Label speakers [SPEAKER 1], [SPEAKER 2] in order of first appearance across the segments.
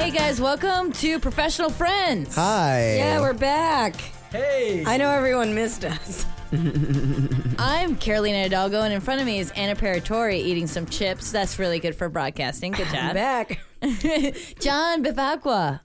[SPEAKER 1] Hey guys, welcome to Professional Friends.
[SPEAKER 2] Hi.
[SPEAKER 3] Yeah, we're back.
[SPEAKER 4] Hey.
[SPEAKER 3] I know everyone missed us.
[SPEAKER 1] I'm Carolina Hidalgo, and in front of me is Anna Paratori eating some chips. That's really good for broadcasting. Good
[SPEAKER 3] I'm
[SPEAKER 1] job.
[SPEAKER 3] back.
[SPEAKER 1] John Bivacqua,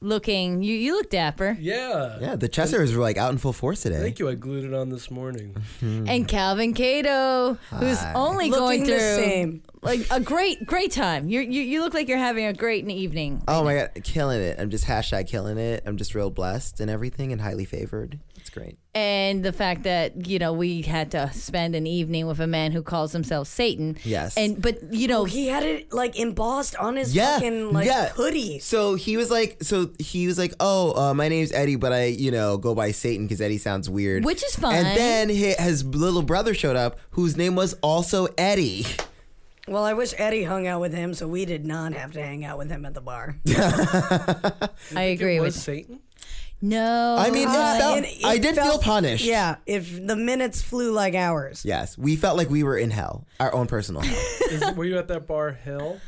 [SPEAKER 1] looking you you look dapper,
[SPEAKER 4] yeah.
[SPEAKER 2] Yeah, the Chessers were like out in full force today.
[SPEAKER 4] Thank you. I glued it on this morning.
[SPEAKER 1] and Calvin Cato, who's
[SPEAKER 2] Mm. Hi.
[SPEAKER 1] only going
[SPEAKER 3] Looking
[SPEAKER 1] through
[SPEAKER 3] the same.
[SPEAKER 1] like a great great time. You you you look like you're having a great evening.
[SPEAKER 2] Oh my god, killing it. I'm just hashtag killing it. I'm just real blessed and everything and highly favored. It's great.
[SPEAKER 1] and the fact that you know we had to spend an evening with a man who calls himself Satan.
[SPEAKER 2] Yes.
[SPEAKER 1] And but you know
[SPEAKER 3] Oh, He had it like embossed on his
[SPEAKER 2] Yeah.
[SPEAKER 3] fucking like
[SPEAKER 2] yeah.
[SPEAKER 3] hoodie.
[SPEAKER 2] So he was like so he was like, Oh, uh, my name's Eddie, but I, you know, go by Satan because Eddie sounds weird.
[SPEAKER 1] Which is fine.
[SPEAKER 2] And then hi- his little brother showed up whose name was also Eddie.
[SPEAKER 3] Well, I wish Eddie hung out with him so we did not have to hang out with him at the bar.
[SPEAKER 1] I agree
[SPEAKER 4] it was
[SPEAKER 1] with
[SPEAKER 4] Satan.
[SPEAKER 1] no.
[SPEAKER 2] I mean
[SPEAKER 3] Uh,
[SPEAKER 2] it felt,
[SPEAKER 3] and it
[SPEAKER 2] I did
[SPEAKER 3] felt-
[SPEAKER 2] feel punished.
[SPEAKER 3] Yeah, if the minutes flew like hours.
[SPEAKER 2] Yes. We felt like we were in hell. Our own personal hell.
[SPEAKER 4] Is, were you at that bar Hill?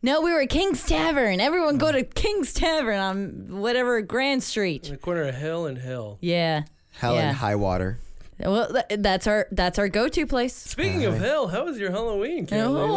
[SPEAKER 1] no, we were at King's Tavern. Everyone go to King's Tavern on whatever Grand Street.
[SPEAKER 4] The corner of Hill and Hill.
[SPEAKER 1] Yeah.
[SPEAKER 2] Hell
[SPEAKER 1] Yeah.
[SPEAKER 2] and high water.
[SPEAKER 1] Well, th- that's our that's our go-to place.
[SPEAKER 4] Speaking of Hill, how was your Halloween, Carolina?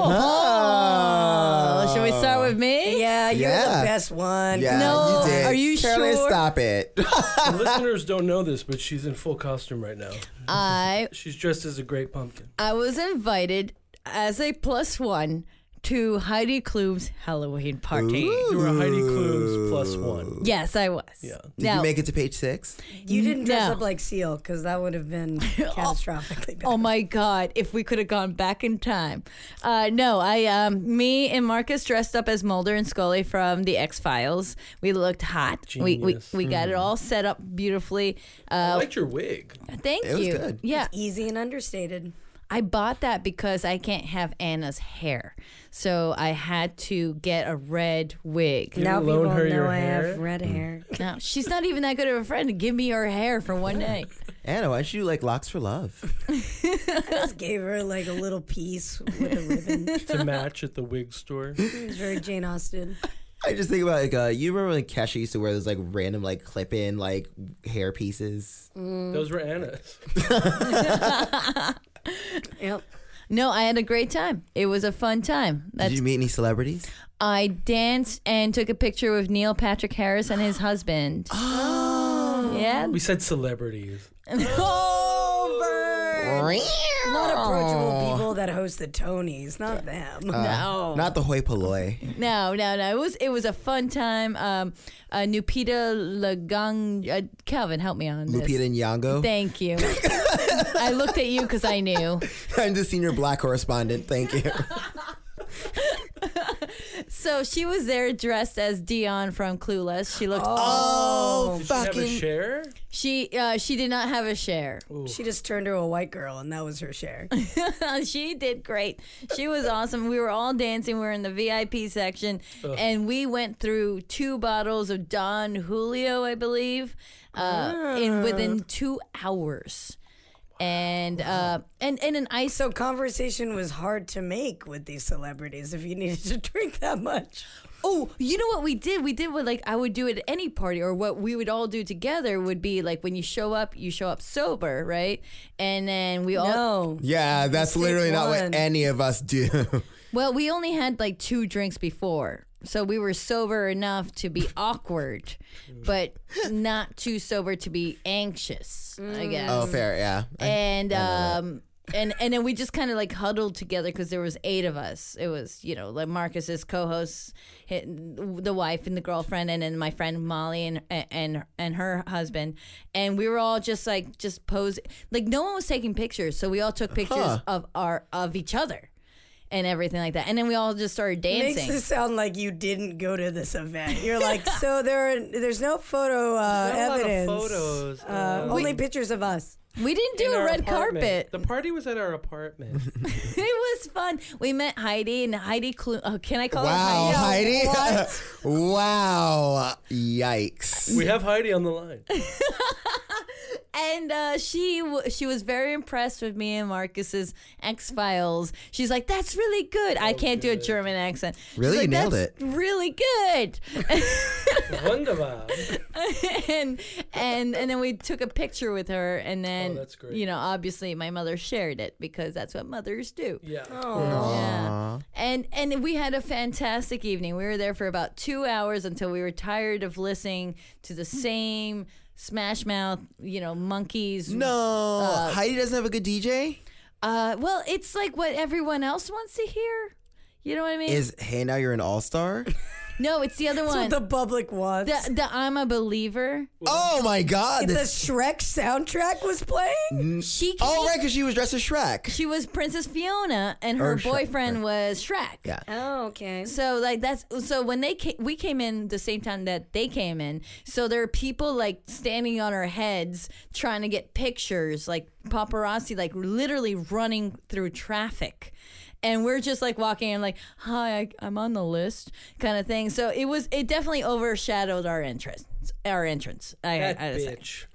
[SPEAKER 1] Oh. Should we start with me?
[SPEAKER 3] Yeah, you're
[SPEAKER 2] Yeah.
[SPEAKER 3] the best one.
[SPEAKER 2] Yeah,
[SPEAKER 1] No,
[SPEAKER 2] you did.
[SPEAKER 1] are you
[SPEAKER 2] Carolyn,
[SPEAKER 1] sure?
[SPEAKER 2] Stop it.
[SPEAKER 4] The listeners don't know this, but she's in full costume right now.
[SPEAKER 1] I
[SPEAKER 4] She's dressed as a great pumpkin.
[SPEAKER 1] I was invited as a plus one to Heidi Klum's Halloween party.
[SPEAKER 4] You were Heidi Klum's plus one.
[SPEAKER 1] Yes, I was.
[SPEAKER 4] Yeah.
[SPEAKER 2] Did you make it to page six?
[SPEAKER 3] You didn't dress
[SPEAKER 1] Mm, No.
[SPEAKER 3] up like Seal because that would have been catastrophically bad.
[SPEAKER 1] Oh my God! If we could have gone back in time, uh, no, I, um, me and Marcus dressed up as Mulder and Scully from the X Files. We looked hot. We we,
[SPEAKER 4] Genius.
[SPEAKER 1] we
[SPEAKER 2] Hmm.
[SPEAKER 1] got it all set up beautifully.
[SPEAKER 4] I
[SPEAKER 1] Uh,
[SPEAKER 4] liked your wig.
[SPEAKER 1] thank
[SPEAKER 2] It was
[SPEAKER 1] you.
[SPEAKER 2] good.
[SPEAKER 1] Yeah,
[SPEAKER 3] Easy and understated.
[SPEAKER 1] I bought that because I can't have Anna's hair, so I had to get a red wig.
[SPEAKER 4] You
[SPEAKER 3] now
[SPEAKER 4] loan
[SPEAKER 3] people
[SPEAKER 4] her
[SPEAKER 3] know
[SPEAKER 4] your
[SPEAKER 3] I
[SPEAKER 4] hair?
[SPEAKER 3] have red hair.
[SPEAKER 1] No, she's not even that good of a friend to give me her hair for one night.
[SPEAKER 2] Anna, why don't you do like locks for love?
[SPEAKER 3] Just gave her like a little piece with a ribbon.
[SPEAKER 4] To match at the wig store.
[SPEAKER 3] It was very Jane Austen.
[SPEAKER 2] I just think about like uh, you remember when Kesha used to wear those like random like clip in like hair pieces.
[SPEAKER 4] Those were Anna's.
[SPEAKER 3] Yep.
[SPEAKER 1] No, I had a great time. It was a fun time. That's
[SPEAKER 2] Did you meet any celebrities?
[SPEAKER 1] I danced and took a picture with Neil Patrick Harris and his husband. Oh. Yeah.
[SPEAKER 4] We said celebrities.
[SPEAKER 3] A lot of approachable people that host the Tonys, not them.
[SPEAKER 4] Uh,
[SPEAKER 1] No.
[SPEAKER 2] Not the hoi polloi.
[SPEAKER 1] No, no, no. It was it was a fun time. Um, uh, Nupita Lagang, uh, Calvin, help me on this.
[SPEAKER 2] Lupita Nyong'o.
[SPEAKER 1] Thank you. I looked at you because I knew.
[SPEAKER 2] I'm the senior black correspondent. Thank you.
[SPEAKER 1] So she was there dressed as Dion from Clueless. She looked.
[SPEAKER 2] Oh,
[SPEAKER 4] Did she have a
[SPEAKER 2] fucking
[SPEAKER 4] share?
[SPEAKER 1] She uh, she did not have a share.
[SPEAKER 3] She just turned to a white girl, and that was her share.
[SPEAKER 1] she did great. She was awesome. We were all dancing. We were in the VIP section, and we went through two bottles of Don Julio, I believe, uh, in within two hours, and uh, and and an ice.
[SPEAKER 3] So conversation was hard to make with these celebrities if you needed to drink that much.
[SPEAKER 1] Oh, you know what we did? We did what like I would do at any party, or what we would all do together would be like when you show up, you show up sober, right? And then we all
[SPEAKER 3] No.
[SPEAKER 2] yeah, that's literally not
[SPEAKER 3] one.
[SPEAKER 2] what any of us do.
[SPEAKER 1] well, we only had like two drinks before. So we were sober enough to be awkward, but not too sober to be anxious, I guess.
[SPEAKER 2] oh, fair, yeah. I-
[SPEAKER 1] and um and and then we just kind of like huddled together because there was eight of us. It was you know like Marcus's co-host, hi- the wife and the girlfriend, and then my friend Molly and and and her husband, and we were all just like just pose like no one was taking pictures, so we all took pictures
[SPEAKER 2] Huh.
[SPEAKER 1] of our of each other, and everything like that, and then we all just started
[SPEAKER 3] Makes
[SPEAKER 1] dancing.
[SPEAKER 3] it sound like you didn't go to this event. You're like, so there, are, there's no photo uh,
[SPEAKER 4] Not a lot of
[SPEAKER 3] evidence.
[SPEAKER 4] photos,
[SPEAKER 3] Uh,
[SPEAKER 4] uh,
[SPEAKER 3] only pictures of us.
[SPEAKER 1] We didn't
[SPEAKER 5] in
[SPEAKER 1] do a
[SPEAKER 5] our
[SPEAKER 1] red
[SPEAKER 5] apartment.
[SPEAKER 1] carpet.
[SPEAKER 5] The party was at our apartment.
[SPEAKER 1] it was fun. We met Heidi and Heidi Klum. Oh, can I call
[SPEAKER 2] Wow,
[SPEAKER 1] her Heidi?
[SPEAKER 2] Heidi. wow. Yikes.
[SPEAKER 4] We have Heidi on the line.
[SPEAKER 1] And uh, she w- she was very impressed with me and Marcus's X Files. She's like, "That's really good."
[SPEAKER 4] Oh,
[SPEAKER 1] I can't do a German accent. She's
[SPEAKER 2] Really? You
[SPEAKER 1] like,
[SPEAKER 2] nailed
[SPEAKER 1] "That's
[SPEAKER 2] it."
[SPEAKER 1] Really good.
[SPEAKER 4] Wunderbar.
[SPEAKER 1] and and and then we took a picture with her, and then
[SPEAKER 4] Oh, that's great.
[SPEAKER 1] you know, obviously, my mother shared it because that's what mothers do.
[SPEAKER 4] Yeah.
[SPEAKER 1] Yeah. And and we had a fantastic evening. We were there for about two hours until we were tired of listening to the same Smash Mouth, you know, monkeys.
[SPEAKER 2] No, Uh, Heidi doesn't have a good DJ.
[SPEAKER 1] Uh, well, it's like what everyone else wants to hear. You know what I mean?
[SPEAKER 2] Is hey now you're an all star?
[SPEAKER 1] no, it's the other
[SPEAKER 3] That's
[SPEAKER 1] one.
[SPEAKER 3] what the public wants.
[SPEAKER 1] the, the I'm a believer.
[SPEAKER 2] oh my God!
[SPEAKER 3] the
[SPEAKER 2] that's-
[SPEAKER 3] Shrek soundtrack was playing.
[SPEAKER 1] She came,
[SPEAKER 2] oh right, because she was dressed as Shrek.
[SPEAKER 1] she was Princess Fiona, and her
[SPEAKER 2] Or Shrek,
[SPEAKER 1] boyfriend was Shrek.
[SPEAKER 2] Yeah.
[SPEAKER 3] Oh, okay.
[SPEAKER 1] So like that's so when they came, we came in the same time that they came in. So there are people like standing on our heads trying to get pictures, like paparazzi, like literally running through traffic. And we're just like walking and like, hi, I, I'm on the list, kind of thing. So it was, it definitely overshadowed our entrance, our entrance. I,
[SPEAKER 5] That
[SPEAKER 1] I, I say.
[SPEAKER 5] bitch.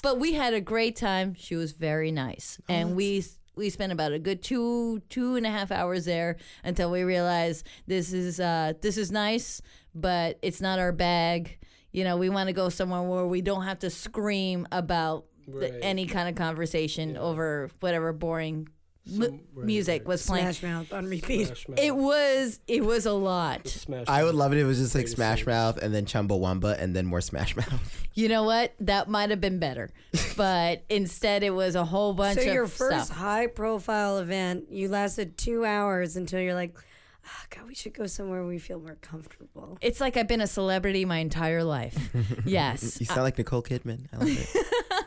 [SPEAKER 1] But we had a great time. She was very nice,
[SPEAKER 4] Oh,
[SPEAKER 1] and we we spent about a good two two and a half hours there until we realized this is uh, this is nice, but it's not our bag. You know, we want to go somewhere where we don't have to scream about the-
[SPEAKER 4] Right.
[SPEAKER 1] any kind of conversation over whatever boring mu-
[SPEAKER 4] right,
[SPEAKER 1] music was playing.
[SPEAKER 3] Smash Mouth on repeat.
[SPEAKER 4] Smash Mouth.
[SPEAKER 1] It was it was a lot.
[SPEAKER 4] Smash
[SPEAKER 2] I would
[SPEAKER 4] Mouth.
[SPEAKER 2] love it. if It was just like Smash Mouth and then Chumbawamba and then more Smash Mouth.
[SPEAKER 1] You know what? That might have been better, but instead it was a whole bunch
[SPEAKER 3] So
[SPEAKER 1] of
[SPEAKER 3] your first
[SPEAKER 1] stuff.
[SPEAKER 3] high-profile event, you lasted two hours until you're like, ah, God, we should go somewhere we feel more comfortable.
[SPEAKER 1] It's like I've been a celebrity my entire life. yes.
[SPEAKER 2] You sound like Nicole Kidman. I love it.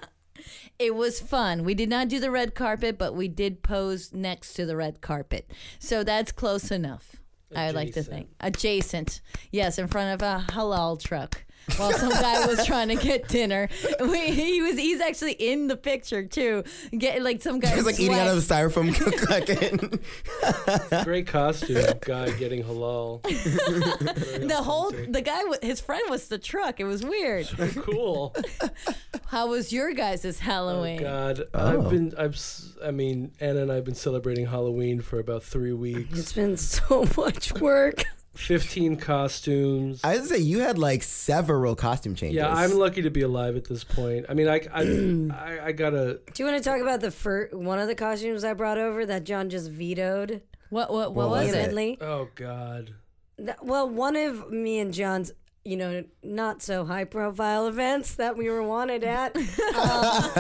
[SPEAKER 1] It was fun. We did not do the red carpet, but we did pose next to the red carpet. So that's close enough. I would like to think. Adjacent. Yes, in front of a halal truck. While some guy was trying to get dinner. We, he was he's actually in the picture too. Get like some guy
[SPEAKER 2] It's like eating out of a styrofoam cook like
[SPEAKER 4] Great costume, guy getting halal.
[SPEAKER 1] the whole the guy wa- his friend was the truck. It was weird.
[SPEAKER 4] cool.
[SPEAKER 1] How was your guys'
[SPEAKER 4] Oh
[SPEAKER 1] Halloween?
[SPEAKER 4] God,
[SPEAKER 2] Oh.
[SPEAKER 4] I've been, I've, s- I mean, Anna and I've been celebrating Halloween for about three weeks.
[SPEAKER 3] It's been so much work.
[SPEAKER 4] Fifteen costumes.
[SPEAKER 2] I would say you had like several costume changes.
[SPEAKER 4] yeah, I'm lucky to be alive at this point. I mean, I, I, I, I gotta.
[SPEAKER 3] Do you want to talk about the fir- one of the costumes I brought over that John just vetoed?
[SPEAKER 1] What what
[SPEAKER 2] What
[SPEAKER 1] what was it?
[SPEAKER 2] was it?
[SPEAKER 3] vehemently?
[SPEAKER 4] Oh God.
[SPEAKER 3] Th- Well, one of me and John's, you know, not so high profile events that we were wanted at. um,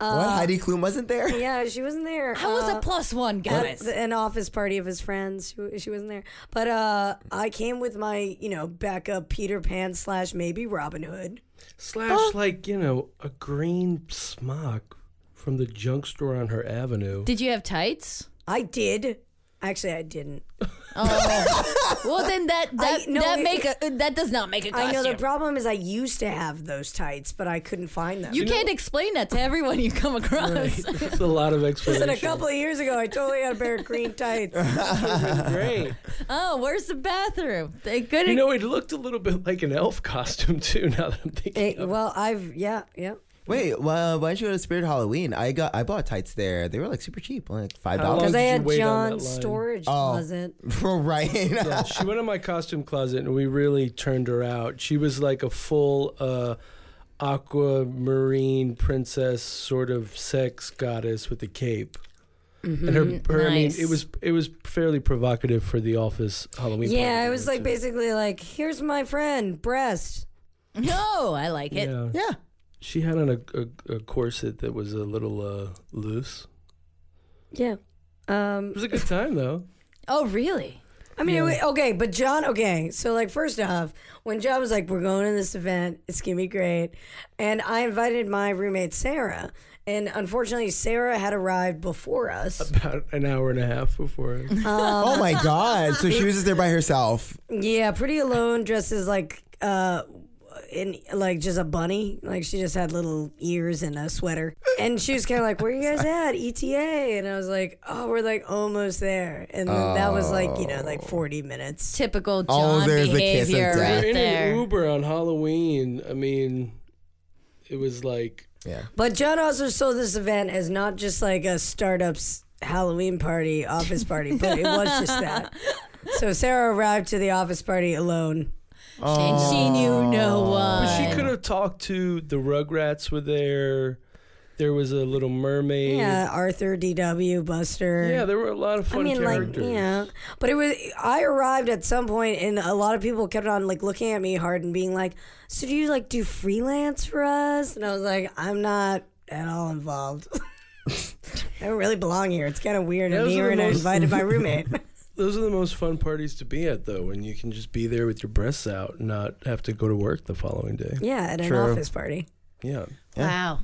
[SPEAKER 2] what Heidi Klum wasn't there?
[SPEAKER 3] Uh, yeah, she wasn't there.
[SPEAKER 1] How was
[SPEAKER 3] Uh,
[SPEAKER 1] a plus one,
[SPEAKER 3] at
[SPEAKER 1] guys?
[SPEAKER 3] the- an office party of his friends. She, she wasn't there, but uh, I came with my, you know, backup Peter Pan slash maybe Robin Hood.
[SPEAKER 4] Slash, like you know, a green smock from the junk store on her avenue.
[SPEAKER 1] Did you have tights?
[SPEAKER 3] I did. Actually, I didn't.
[SPEAKER 1] Oh. well, then that that
[SPEAKER 3] no,
[SPEAKER 1] that
[SPEAKER 3] it-
[SPEAKER 1] make a that does not make a costume.
[SPEAKER 3] I know the problem is I used to have those tights, but I couldn't find them.
[SPEAKER 1] you can't explain that to everyone you come across.
[SPEAKER 4] It's a lot of explanation.
[SPEAKER 3] and a couple of years ago, I totally had a pair of green tights.
[SPEAKER 4] Great.
[SPEAKER 1] Oh, where's the bathroom? They could
[SPEAKER 4] You
[SPEAKER 1] not
[SPEAKER 4] know, it looked a little bit like an elf costume too. Now that I'm thinking,
[SPEAKER 3] It- well, I've yeah, yeah.
[SPEAKER 2] Wait, well, why don't you go to Spirit Halloween? I got I bought tights there. They were like super cheap, like five
[SPEAKER 4] How long
[SPEAKER 2] dollars.
[SPEAKER 3] Because I
[SPEAKER 4] did you
[SPEAKER 3] had
[SPEAKER 4] wait on
[SPEAKER 3] John's
[SPEAKER 4] that line?
[SPEAKER 3] storage
[SPEAKER 2] Oh.
[SPEAKER 3] closet.
[SPEAKER 2] right.
[SPEAKER 4] Yeah, she went in my costume closet and we really turned her out. She was like a full uh, aquamarine princess sort of sex goddess with a cape. And
[SPEAKER 3] Mm-hmm.
[SPEAKER 4] her, her I mean,
[SPEAKER 1] Nice.
[SPEAKER 4] it was it was fairly provocative for the office Halloween.
[SPEAKER 3] Yeah,
[SPEAKER 4] party
[SPEAKER 3] it was
[SPEAKER 4] there,
[SPEAKER 3] like
[SPEAKER 4] too.
[SPEAKER 3] basically like, here's my friend breast.
[SPEAKER 1] No, I like it.
[SPEAKER 4] Yeah.
[SPEAKER 2] Yeah.
[SPEAKER 4] she had on a, a, a corset that was a little uh, loose.
[SPEAKER 3] Yeah. Um,
[SPEAKER 4] It was a good time though.
[SPEAKER 1] Oh, really?
[SPEAKER 3] I mean, it wa- okay, but John, okay. So, like, first off, when John was like, "We're going to this event. It's gonna be great," and I invited my roommate Sarah, and unfortunately, Sarah had arrived before us.
[SPEAKER 4] About an hour and a half before.
[SPEAKER 2] oh my god. So she was just there by herself.
[SPEAKER 3] Yeah, pretty alone, dressed as like uh, in like just a bunny. Like she just had little ears and a sweater. And she was kind of like, "Where you guys at?" ETA. And I was like, "Oh, we're like almost there." And then that was like you know like forty minutes.
[SPEAKER 1] Typical
[SPEAKER 2] Oh,
[SPEAKER 1] John
[SPEAKER 2] there's the kiss of
[SPEAKER 1] behavior
[SPEAKER 2] death.
[SPEAKER 1] right
[SPEAKER 4] in
[SPEAKER 1] there.
[SPEAKER 4] an Uber on Halloween. I mean, it was like
[SPEAKER 2] Yeah.
[SPEAKER 3] But John also saw this event as not just like a startup's Halloween party, office party, but it was just that. So Sarah arrived to the office party alone.
[SPEAKER 1] And she knew no one.
[SPEAKER 4] But she could have talked to the Rugrats. Were there? There was a Little Mermaid.
[SPEAKER 3] Yeah, Arthur, DW, Buster.
[SPEAKER 4] Yeah, there were a lot of fun
[SPEAKER 3] I mean,
[SPEAKER 4] characters.
[SPEAKER 3] like, yeah. But it was, I arrived at some point and a lot of people kept on, like, looking at me hard and being like, So do you, like, do freelance for us? And I was like, I'm not at all involved. I don't really belong here. It's kind of weird. And
[SPEAKER 4] Those are
[SPEAKER 3] here
[SPEAKER 4] the
[SPEAKER 3] and I
[SPEAKER 4] most-
[SPEAKER 3] invited my roommate.
[SPEAKER 4] Those are the most fun parties to be at, though, when you can just be there with your breasts out, and not have to go to work the following day.
[SPEAKER 3] yeah, at an
[SPEAKER 2] True.
[SPEAKER 3] office party.
[SPEAKER 4] Yeah.
[SPEAKER 1] Wow.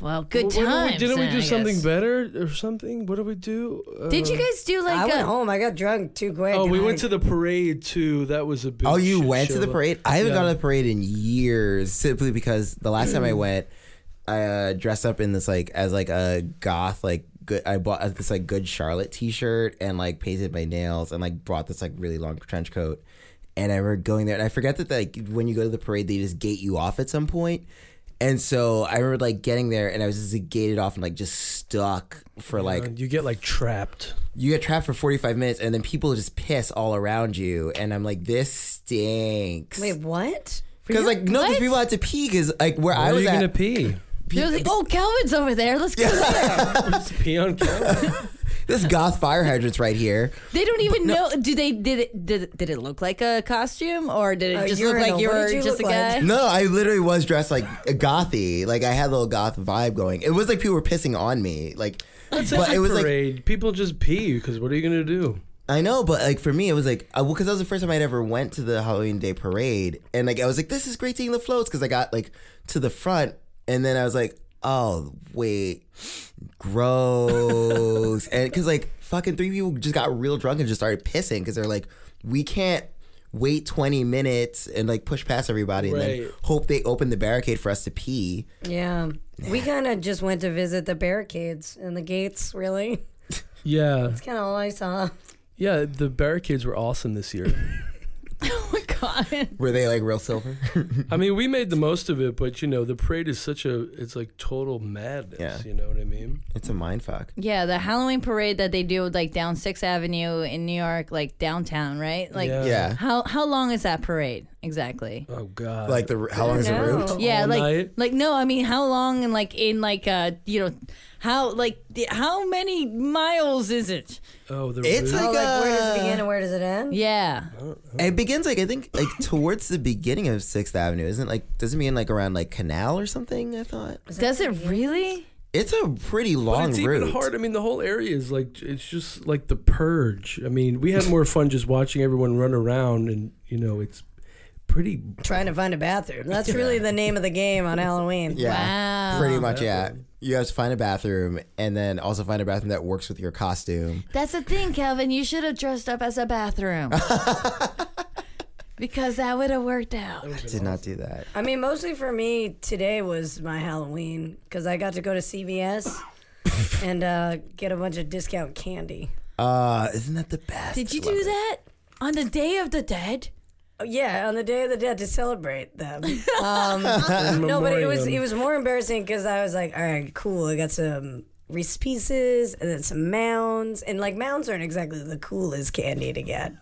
[SPEAKER 1] Well, good
[SPEAKER 4] Well, what
[SPEAKER 1] times.
[SPEAKER 4] did we, didn't we
[SPEAKER 1] then, I
[SPEAKER 4] do
[SPEAKER 1] guess.
[SPEAKER 4] something better or something? What did we do?
[SPEAKER 1] Did
[SPEAKER 4] Uh,
[SPEAKER 1] you guys do
[SPEAKER 3] I
[SPEAKER 1] like
[SPEAKER 3] went
[SPEAKER 1] a?
[SPEAKER 3] home. I got drunk too quick.
[SPEAKER 4] Oh,
[SPEAKER 3] and
[SPEAKER 4] we
[SPEAKER 3] I-
[SPEAKER 4] went to the parade too. That was a big.
[SPEAKER 2] Oh, you
[SPEAKER 4] shit
[SPEAKER 2] went to
[SPEAKER 4] show.
[SPEAKER 2] the parade? I haven't
[SPEAKER 4] Yeah. Mm.
[SPEAKER 2] gone to the parade in years simply because the last time I went, I uh, dressed up in this like as like a goth like good. I bought uh, this like Good Charlotte T-shirt and like painted my nails and like bought this like really long trench coat. And I remember going there, and I forget that like when you go to the parade, they just gate you off at some point. And so I remember like getting there, and I was just like, gated off and like just stuck for like
[SPEAKER 4] And Uh, you get like trapped.
[SPEAKER 2] you get trapped for 45 minutes and then people just piss all around you and i'm like this stinks
[SPEAKER 3] Wait, what?
[SPEAKER 2] because like no because
[SPEAKER 1] What?
[SPEAKER 2] people had to pee because like where i
[SPEAKER 4] Where
[SPEAKER 2] was
[SPEAKER 4] are you gonna
[SPEAKER 2] at
[SPEAKER 4] pee?
[SPEAKER 1] there was- oh, Calvin's over there. Let's go. there.
[SPEAKER 4] Just pee on camera.
[SPEAKER 2] this goth fire hydrant's right here
[SPEAKER 1] They don't even know. Do they? Did it? Did, it- did it look like a costume, or did it
[SPEAKER 3] A
[SPEAKER 1] just look
[SPEAKER 3] urinal.
[SPEAKER 1] like you
[SPEAKER 3] What
[SPEAKER 1] were
[SPEAKER 3] did you
[SPEAKER 1] just a
[SPEAKER 3] look
[SPEAKER 1] guy?
[SPEAKER 3] like?
[SPEAKER 2] no i literally was dressed like a gothy like i had a little goth vibe going it was like people were pissing on me like but it was like
[SPEAKER 4] parade. People just pee because what are you gonna do?
[SPEAKER 2] I know, but like for me, it was like because that was the first time I'd ever went to the Halloween Day parade, and like I was like, this is great seeing the floats because I got like to the front, and then I was like, oh wait, gross, and because like fucking three people just got real drunk and just started pissing because they're like, we can't wait 20 minutes and like push past everybody and then
[SPEAKER 4] Right.
[SPEAKER 2] hope they open the barricade for us to pee.
[SPEAKER 3] Yeah. We kind of just went to visit the barricades and the gates, really.
[SPEAKER 4] Yeah,
[SPEAKER 3] Kind of all I saw.
[SPEAKER 4] yeah. The barricades were awesome this year.
[SPEAKER 1] Oh my god.
[SPEAKER 2] Were they like real silver?
[SPEAKER 4] I mean, we made the most of it, but you know, the parade is such a. It's like total madness.
[SPEAKER 2] Yeah.
[SPEAKER 4] You know what I mean?
[SPEAKER 2] it's a mind fuck.
[SPEAKER 1] Yeah, the Halloween parade that they do like down Sixth Avenue in New York, like downtown, right? Like,
[SPEAKER 4] Yeah.
[SPEAKER 2] Yeah,
[SPEAKER 1] how how long is that parade exactly?
[SPEAKER 4] Oh God.
[SPEAKER 2] like the how long is the
[SPEAKER 3] No. Oh,
[SPEAKER 2] route?
[SPEAKER 1] yeah,
[SPEAKER 4] all
[SPEAKER 1] like
[SPEAKER 4] night?
[SPEAKER 1] like no, I mean how long and like in like uh you know how like the- how many miles is it?
[SPEAKER 4] oh, the.
[SPEAKER 2] It's
[SPEAKER 4] route.
[SPEAKER 3] Oh,
[SPEAKER 2] like,
[SPEAKER 3] like where does it
[SPEAKER 2] uh,
[SPEAKER 3] begin and where does it end?
[SPEAKER 1] Yeah,
[SPEAKER 2] It begins like I think like towards the beginning of Sixth Avenue, isn't it? like doesn't mean like around like Canal or something. I thought
[SPEAKER 1] does it really?
[SPEAKER 2] it's a pretty long
[SPEAKER 4] But it's
[SPEAKER 2] route.
[SPEAKER 4] even hard. I mean, the whole area is like it's just like the purge. I mean, we had more fun just watching everyone run around, and you know, it's pretty.
[SPEAKER 3] Trying to find a bathroom. That's really the name of the game on Halloween.
[SPEAKER 2] Yeah,
[SPEAKER 1] Wow.
[SPEAKER 2] pretty much. Yeah, you have to find a bathroom and then also find a bathroom that works with your costume.
[SPEAKER 1] That's the thing, Calvin. You should have dressed up as a bathroom. Because that would have worked out.
[SPEAKER 2] I did not do that.
[SPEAKER 3] I mean, mostly for me, today was my Halloween because I got to go to CVS and uh, get a bunch of discount candy.
[SPEAKER 2] Uh, isn't that the best?
[SPEAKER 1] Did you
[SPEAKER 2] Love
[SPEAKER 1] do
[SPEAKER 2] it.
[SPEAKER 1] that on the Day of the Dead?
[SPEAKER 3] Oh, yeah, on the Day of the Dead to celebrate them. Um, no, but it was it was more embarrassing because I was like, all right, cool, I got some Reese Pieces and then some Mounds, and like Mounds aren't exactly the coolest candy to get.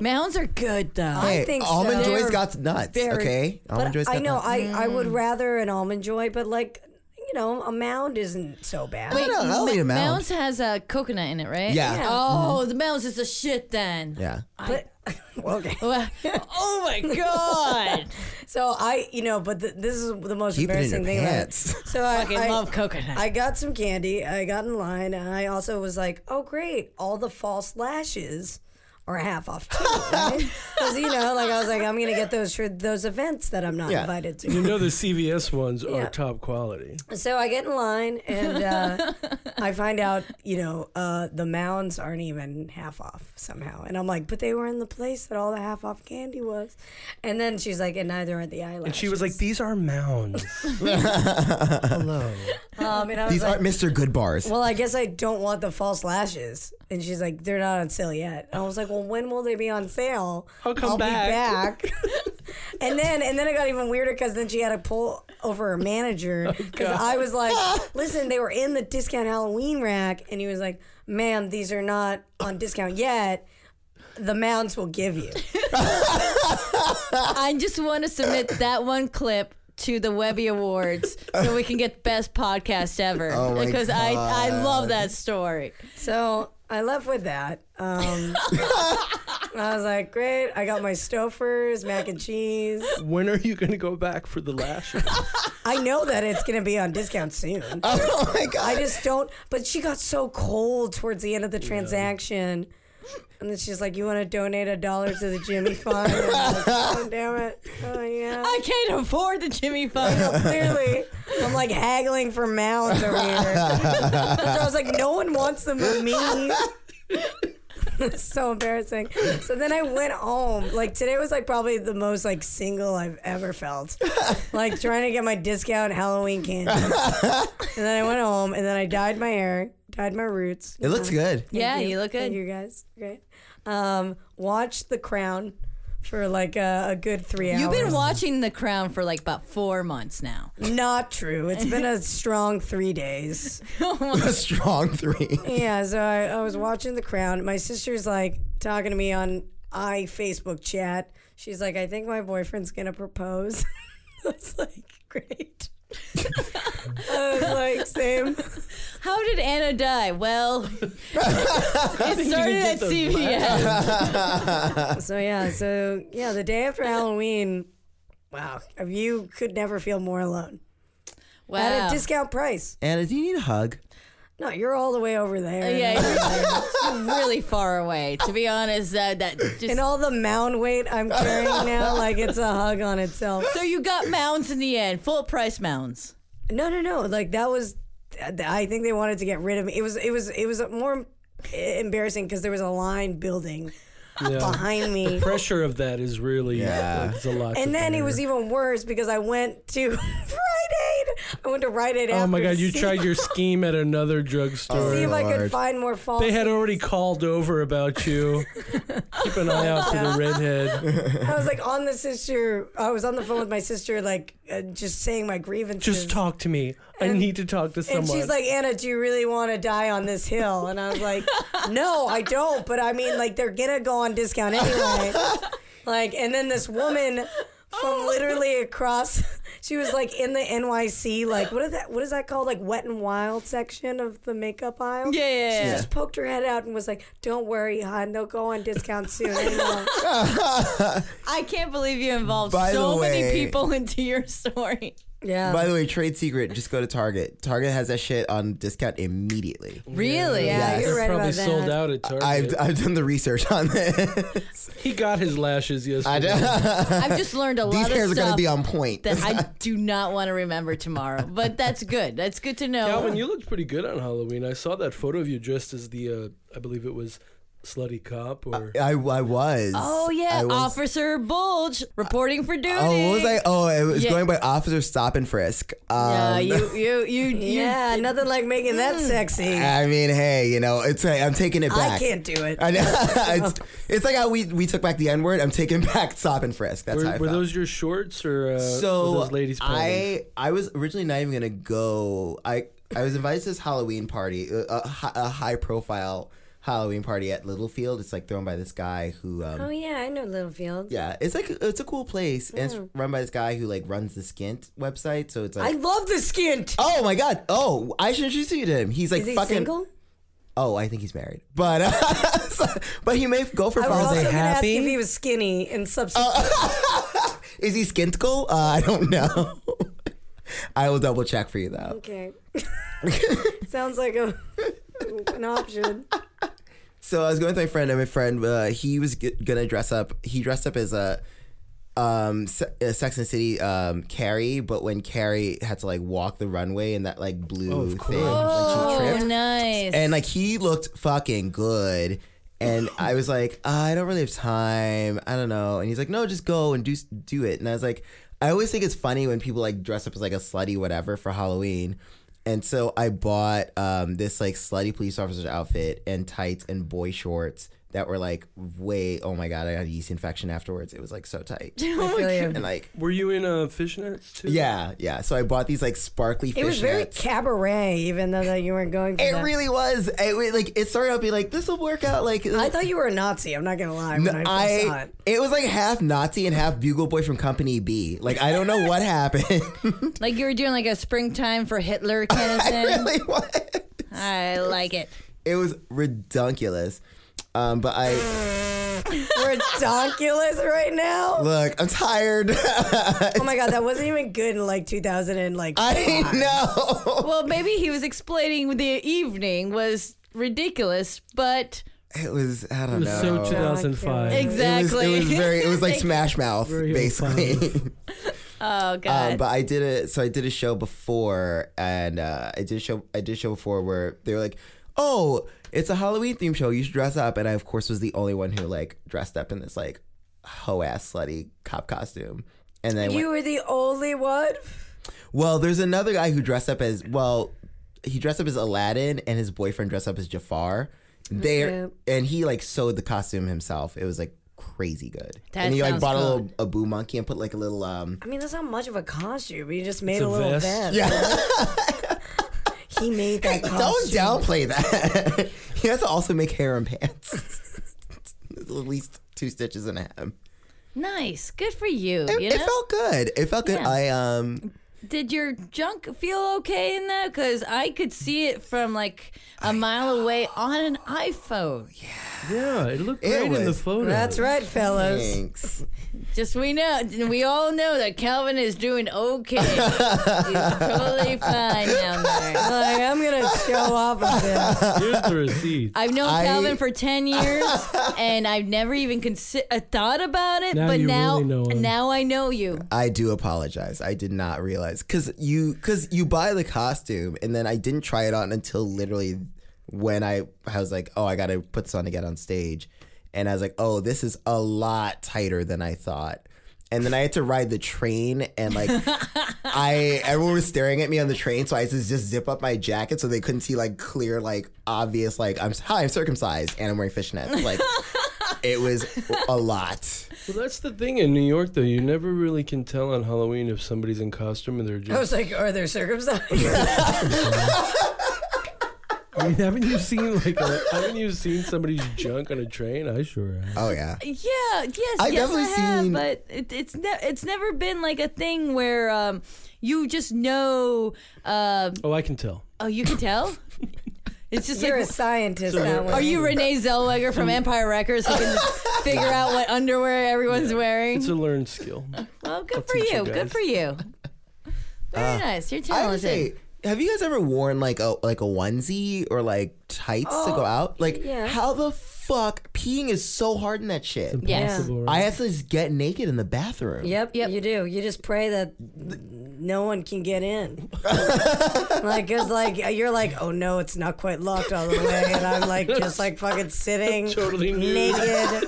[SPEAKER 1] Mounds are good though.
[SPEAKER 3] I
[SPEAKER 2] Hey,
[SPEAKER 3] think
[SPEAKER 2] almond
[SPEAKER 3] so.
[SPEAKER 2] joys got nuts.
[SPEAKER 3] very-
[SPEAKER 2] okay, almond joys
[SPEAKER 3] But
[SPEAKER 2] got
[SPEAKER 3] I know
[SPEAKER 2] nuts.
[SPEAKER 3] I, I would rather an almond joy, but like you know, a mound isn't so bad.
[SPEAKER 2] I don't know. I'll eat a mound.
[SPEAKER 1] Mounds has a coconut in it, right?
[SPEAKER 2] Yeah. Mm-hmm.
[SPEAKER 3] Yeah.
[SPEAKER 1] Oh, the Mounds is a shit then.
[SPEAKER 2] Yeah.
[SPEAKER 3] But okay.
[SPEAKER 1] Well, oh my god!
[SPEAKER 3] So I, you know, but the, this is the most
[SPEAKER 2] Keep it in
[SPEAKER 3] embarrassing
[SPEAKER 2] your
[SPEAKER 3] thing. about it.
[SPEAKER 2] pants.
[SPEAKER 3] So I,
[SPEAKER 1] Fucking
[SPEAKER 3] I-
[SPEAKER 1] love coconut.
[SPEAKER 3] I got some candy. I got in line, and I also was like, "Oh, great! All the false lashes or half off too, right? 'Cause, you know, like I was like, I'm gonna get those for those events that I'm not
[SPEAKER 2] Yeah.
[SPEAKER 3] invited to.
[SPEAKER 4] You know the CVS ones
[SPEAKER 3] Yeah.
[SPEAKER 4] are top quality.
[SPEAKER 3] So I get in line and uh, I find out, you know, uh, the mounds aren't even half off somehow. And I'm like, but they were in the place that all the half off candy was. And then she's like, and neither are the eyelashes.
[SPEAKER 4] And she was like, "These are mounds." Hello.
[SPEAKER 3] um, and I was
[SPEAKER 2] These
[SPEAKER 3] like,
[SPEAKER 2] aren't Mr. Good bars.
[SPEAKER 3] well, I guess I don't want the false lashes. And she's like, they're not on sale yet. And I was like, well, when will they be on sale?
[SPEAKER 5] I'll come back."
[SPEAKER 3] be back. and then and then it got even weirder because then she had to pull over her
[SPEAKER 5] Oh,
[SPEAKER 3] manager because I was like, listen, they were in the discount Halloween rack, and he was like, ma'am, these are not on discount yet. The mounds will give you.
[SPEAKER 1] I just want to submit that one clip to the Webby Awards so we can get best podcast ever
[SPEAKER 2] Oh my
[SPEAKER 1] because I I
[SPEAKER 2] God.
[SPEAKER 1] love that story.
[SPEAKER 3] So I left with that. Um, I was like, great. I got my Stouffer's mac and cheese.
[SPEAKER 4] When are you going to go back for the lashes?
[SPEAKER 3] I know that it's gonna be on discount soon.
[SPEAKER 2] oh my
[SPEAKER 3] I
[SPEAKER 2] god.
[SPEAKER 3] just don't. But she got so cold towards the end of the transaction. And then she's like, "You want to donate a dollar to the Jimmy Fund?" And I'm like, oh, damn it! Oh yeah.
[SPEAKER 1] I can't afford the Jimmy Fund.
[SPEAKER 3] Well, Clearly, I'm like haggling for mounds over here. so I was like, "No one wants them but me." It's so embarrassing. So then I went home. Like today was like probably the most like single I've ever felt. Like trying to get my discount Halloween candy. and then I went home and then I dyed my hair, dyed my roots.
[SPEAKER 2] It looks good.
[SPEAKER 3] Thank
[SPEAKER 1] Yeah, you look
[SPEAKER 3] Thank
[SPEAKER 1] good.
[SPEAKER 3] you guys. Great. Um, watch The Crown for like a, a good three hours.
[SPEAKER 1] You've been watching The Crown for like about four months now.
[SPEAKER 3] Not true. It's been a strong three days.
[SPEAKER 2] A strong three.
[SPEAKER 3] Yeah, so I, I was watching The Crown. My sister's like talking to me on I Facebook chat. She's like, I think my boyfriend's gonna propose. I was like, great. I was like, same.
[SPEAKER 1] How did Anna die? Well, it started
[SPEAKER 4] get
[SPEAKER 1] at
[SPEAKER 4] those
[SPEAKER 1] CVS.
[SPEAKER 3] So yeah, so yeah, the day after Halloween. Wow, you could never feel more alone at
[SPEAKER 1] Wow.
[SPEAKER 3] a discount price.
[SPEAKER 2] Anna, do you need a hug?
[SPEAKER 3] No, you're all the way over there.
[SPEAKER 1] yeah, it's really far away. To be honest, uh, that just
[SPEAKER 3] And all the mound weight I'm carrying now, like it's a hug on itself.
[SPEAKER 1] so you got mounds in the end, full price mounds.
[SPEAKER 3] No, no, no. Like that was, I think they wanted to get rid of me. It was, it was, it was more embarrassing because there was a line building
[SPEAKER 4] Yeah.
[SPEAKER 3] behind me.
[SPEAKER 4] Pressure of that is really
[SPEAKER 2] Yeah.
[SPEAKER 4] it's a lot. to
[SPEAKER 3] And then it
[SPEAKER 4] bear.
[SPEAKER 3] was even worse because I went to Rite Aid. I went to Rite Aid.
[SPEAKER 4] Oh my
[SPEAKER 3] after
[SPEAKER 4] God!
[SPEAKER 3] to
[SPEAKER 4] You
[SPEAKER 3] see,
[SPEAKER 4] tried your scheme at another
[SPEAKER 3] see
[SPEAKER 4] drugstore.
[SPEAKER 3] if I could
[SPEAKER 2] Lord.
[SPEAKER 3] find more false.
[SPEAKER 4] They had already called over about you. Keep an eye out for the redhead.
[SPEAKER 3] I was like on the sister. I was on the phone with my sister, like uh, just saying my grievances.
[SPEAKER 4] Just talk to me. I need to talk to someone.
[SPEAKER 3] And she's like, Anna, do you really want to die on this hill? And I was like, No, I don't. But I mean, like, they're gonna go on discount anyway. like, and then this woman
[SPEAKER 1] Oh.
[SPEAKER 3] from literally across, she was like in the NYC, like, what is that? What is that called? Like, wet and wild section of the makeup aisle.
[SPEAKER 1] Yeah, yeah,
[SPEAKER 3] She
[SPEAKER 1] yeah.
[SPEAKER 3] just poked her head out and was like, "Don't worry, hon, they'll go on discount soon." anyway."
[SPEAKER 1] I can't believe you involved
[SPEAKER 2] By
[SPEAKER 1] so
[SPEAKER 2] the
[SPEAKER 1] many
[SPEAKER 2] way-
[SPEAKER 1] people into your story.
[SPEAKER 3] yeah.
[SPEAKER 2] By the way, trade secret, just go to Target. Target has that shit on discount immediately.
[SPEAKER 1] Really?
[SPEAKER 3] Yeah,
[SPEAKER 2] Yes.
[SPEAKER 3] you're
[SPEAKER 4] They're
[SPEAKER 3] right
[SPEAKER 4] probably
[SPEAKER 3] about that.
[SPEAKER 4] sold out at
[SPEAKER 2] I've,
[SPEAKER 4] Target.
[SPEAKER 2] I've done the research on this.
[SPEAKER 4] he got his lashes
[SPEAKER 2] I
[SPEAKER 4] yesterday.
[SPEAKER 2] don't-
[SPEAKER 1] I've just learned a
[SPEAKER 2] These
[SPEAKER 1] lot of
[SPEAKER 2] hairs are going to
[SPEAKER 1] stuff
[SPEAKER 2] be on point.
[SPEAKER 1] that I do not want to remember tomorrow. But that's good. That's good to know.
[SPEAKER 4] Calvin, you looked pretty good on Halloween. I saw that photo of you dressed as the, uh, I believe it was slutty cop or
[SPEAKER 2] I, I was.
[SPEAKER 1] oh yeah,
[SPEAKER 2] I was-
[SPEAKER 1] Officer Bulge reporting for duty.
[SPEAKER 2] Oh, what was I? Oh, it was
[SPEAKER 1] Yeah.
[SPEAKER 2] going by Officer Stop and Frisk. Um,
[SPEAKER 1] Yeah, you, you, you, you. Mm.
[SPEAKER 3] yeah, nothing like making that sexy.
[SPEAKER 2] I mean, hey, you know, it's like, I'm taking it back.
[SPEAKER 3] I can't do it.
[SPEAKER 2] I know. it's, it's like how we, we took back the N word. I'm taking back Stop and Frisk. That's how I
[SPEAKER 4] were, were
[SPEAKER 2] felt.
[SPEAKER 4] those your shorts or uh,
[SPEAKER 2] so
[SPEAKER 4] were those ladies' panties?
[SPEAKER 2] I I was originally not even gonna go. I I was invited to this Halloween party, a, a, hi- a high profile Halloween party at Littlefield. It's like thrown by this guy who. Um,
[SPEAKER 3] Oh yeah, I know Littlefield.
[SPEAKER 2] yeah, it's like it's a cool place, and it's run by this guy who like runs the Skint website. So it's
[SPEAKER 3] Hmm. I
[SPEAKER 2] like,
[SPEAKER 3] love the skint.
[SPEAKER 2] oh my god, oh I should introduce you to him. He's like
[SPEAKER 3] Is he
[SPEAKER 2] fucking.
[SPEAKER 3] single?
[SPEAKER 2] Oh, I think he's married, but uh, so- but he may go for
[SPEAKER 3] I was
[SPEAKER 2] fun.
[SPEAKER 3] also
[SPEAKER 2] Is,
[SPEAKER 3] going to ask
[SPEAKER 4] happy?
[SPEAKER 3] if he was skinny and subsequent.
[SPEAKER 2] Uh, he Skintful? Uh, I don't know. I will double check for you though.
[SPEAKER 3] okay. Sounds like a an option.
[SPEAKER 2] So I was going with my friend, and my friend, uh, he was g- gonna dress up. He dressed up as a, um, se- uh, Sex and the City um, Carrie, but when Carrie had to like walk the runway in that like blue
[SPEAKER 4] Oh, of
[SPEAKER 2] thing,
[SPEAKER 1] Oh,
[SPEAKER 2] when she tripped,
[SPEAKER 1] nice.
[SPEAKER 2] and like he looked fucking good. And I was like, "Ah, I don't really have time. I don't know. And he's like, No, just go and do do it. And I was like, I always think it's funny when people like dress up as like a slutty whatever for Halloween. And so I bought um, this like slutty police officer's outfit and tights and boy shorts that were like way. Oh my god, I had a yeast infection afterwards. It was like so tight.
[SPEAKER 3] I feel you.
[SPEAKER 2] And like,
[SPEAKER 4] Were you in uh, fishnets too?
[SPEAKER 2] yeah, yeah. So I bought these like sparkly.
[SPEAKER 3] It was very
[SPEAKER 2] fishnets.
[SPEAKER 3] cabaret, even though that you weren't going. For
[SPEAKER 2] It
[SPEAKER 3] that.
[SPEAKER 2] really was. It, wa- like it started out being like this will work out. Like
[SPEAKER 3] I thought you were a Nazi. I'm not gonna lie. When
[SPEAKER 2] No,
[SPEAKER 3] I, first saw
[SPEAKER 2] I
[SPEAKER 3] it.
[SPEAKER 2] it was like half Nazi and half Bugle Boy from Company B. Like I don't know what happened.
[SPEAKER 1] like you were doing like a springtime for Hitler kind of
[SPEAKER 2] I
[SPEAKER 1] thing.
[SPEAKER 2] really was.
[SPEAKER 1] I like it.
[SPEAKER 2] It was redunculous. Um, but I
[SPEAKER 3] we're donkulous right now.
[SPEAKER 2] look. I'm tired.
[SPEAKER 3] Oh my god, that wasn't even good in like 2000 and like.
[SPEAKER 2] I know.
[SPEAKER 1] Well, maybe he was explaining the evening was ridiculous, but
[SPEAKER 2] It was. I
[SPEAKER 4] It
[SPEAKER 2] don't
[SPEAKER 4] was
[SPEAKER 2] know.
[SPEAKER 4] so 2005.
[SPEAKER 3] Exactly.
[SPEAKER 1] exactly.
[SPEAKER 2] It was, it was very. It was like Smash Mouth,
[SPEAKER 4] Very
[SPEAKER 2] basically.
[SPEAKER 1] oh god.
[SPEAKER 2] Um, but I did it. So I did a show before, and uh, I did a show. I did a show before where they were like, "Oh, it's a Halloween theme show. You should dress up." And I, of course, was the only one who like dressed up in this like hoe ass slutty cop costume. And then
[SPEAKER 3] You
[SPEAKER 2] went,
[SPEAKER 3] were the only one.
[SPEAKER 2] well, there's another guy who dressed up as well. He dressed up as Aladdin, and his boyfriend dressed up as Jafar. There,
[SPEAKER 1] Mm-hmm.
[SPEAKER 2] and he like sewed the costume himself. It was like crazy good.
[SPEAKER 1] That
[SPEAKER 2] and he like
[SPEAKER 1] sounds
[SPEAKER 2] bought a
[SPEAKER 1] cool.
[SPEAKER 2] little a boo monkey and put like a little um.
[SPEAKER 3] I mean, that's not much of a costume. You just
[SPEAKER 4] It's
[SPEAKER 3] made a,
[SPEAKER 4] a
[SPEAKER 3] little
[SPEAKER 4] vest.
[SPEAKER 3] vest.
[SPEAKER 2] Yeah.
[SPEAKER 3] He made that
[SPEAKER 1] Oh,
[SPEAKER 2] Don't
[SPEAKER 3] costume.
[SPEAKER 2] downplay that. he has to also make harem pants. At least two stitches and a hem.
[SPEAKER 1] nice. Good for you.
[SPEAKER 2] It,
[SPEAKER 1] you
[SPEAKER 2] it
[SPEAKER 1] know?
[SPEAKER 2] felt good. It felt good.
[SPEAKER 1] Yeah.
[SPEAKER 2] I um
[SPEAKER 1] Did your junk feel okay in that? Because I could see it from like a mile away on an iPhone.
[SPEAKER 4] Yeah, it looked
[SPEAKER 2] It
[SPEAKER 4] great in the
[SPEAKER 2] was-
[SPEAKER 4] photo.
[SPEAKER 3] That's right, fellas.
[SPEAKER 2] thanks.
[SPEAKER 1] Just we know, we all know that Calvin is doing okay. He's totally fine down there.
[SPEAKER 3] Like, I'm gonna show off a bit.
[SPEAKER 4] Here's the receipt.
[SPEAKER 1] I've known
[SPEAKER 2] I-
[SPEAKER 1] Calvin for ten years, and I've never even consi- uh, thought about it.
[SPEAKER 4] Now
[SPEAKER 1] but
[SPEAKER 4] you
[SPEAKER 1] now,
[SPEAKER 4] really know him.
[SPEAKER 1] now I know you.
[SPEAKER 2] I do apologize. I did not realize cuz you cuz you buy the costume and then I didn't try it on until literally when I I was like, "Oh, I got to put this on to get on stage." And I was like, "Oh, this is a lot tighter than I thought." And then I had to ride the train and like I everyone was staring at me on the train, so I had to just zip up my jacket so they couldn't see like clear, like obvious, like I'm hi, I'm circumcised and I'm wearing fishnets. Like it was a lot.
[SPEAKER 4] Well, that's the thing in New York, though. You never really can tell on Halloween if somebody's in costume and they're
[SPEAKER 3] I
[SPEAKER 4] just.
[SPEAKER 3] was like, are there circumcised?
[SPEAKER 4] I mean, haven't you seen like? A, haven't you seen somebody's junk on a train? I sure have.
[SPEAKER 2] Oh yeah.
[SPEAKER 1] Yeah, yes,
[SPEAKER 2] I've
[SPEAKER 1] yes, I
[SPEAKER 2] definitely
[SPEAKER 1] have,
[SPEAKER 2] seen-
[SPEAKER 1] but it, it's ne- it's never been like a thing where um, you just know. Um,
[SPEAKER 4] Oh, I can tell.
[SPEAKER 1] oh, you can tell. It's just
[SPEAKER 3] You're a
[SPEAKER 1] like,
[SPEAKER 3] scientist that way.
[SPEAKER 1] are you Renee Zellweger from Empire Records who can just figure out what underwear everyone's wearing?
[SPEAKER 4] It's a learned skill.
[SPEAKER 1] well, good for
[SPEAKER 4] teach you
[SPEAKER 1] you. Good
[SPEAKER 4] guys.
[SPEAKER 1] for you. Very nice. You're
[SPEAKER 2] Uh, I
[SPEAKER 1] talented.
[SPEAKER 2] would say, have you guys ever worn like a like a onesie or like tights to
[SPEAKER 1] Oh,
[SPEAKER 2] go out? Like,
[SPEAKER 3] yeah.
[SPEAKER 2] how the fuck peeing is so hard in that shit.
[SPEAKER 1] yes.
[SPEAKER 4] Possible, right?
[SPEAKER 2] I have to just get naked in the bathroom.
[SPEAKER 3] Yep,
[SPEAKER 1] Yep.
[SPEAKER 3] you do. You just pray that no one can get in. like, cause like you're like, oh no, it's not quite locked all the way, and I'm like just like fucking sitting
[SPEAKER 4] Totally nude.
[SPEAKER 3] naked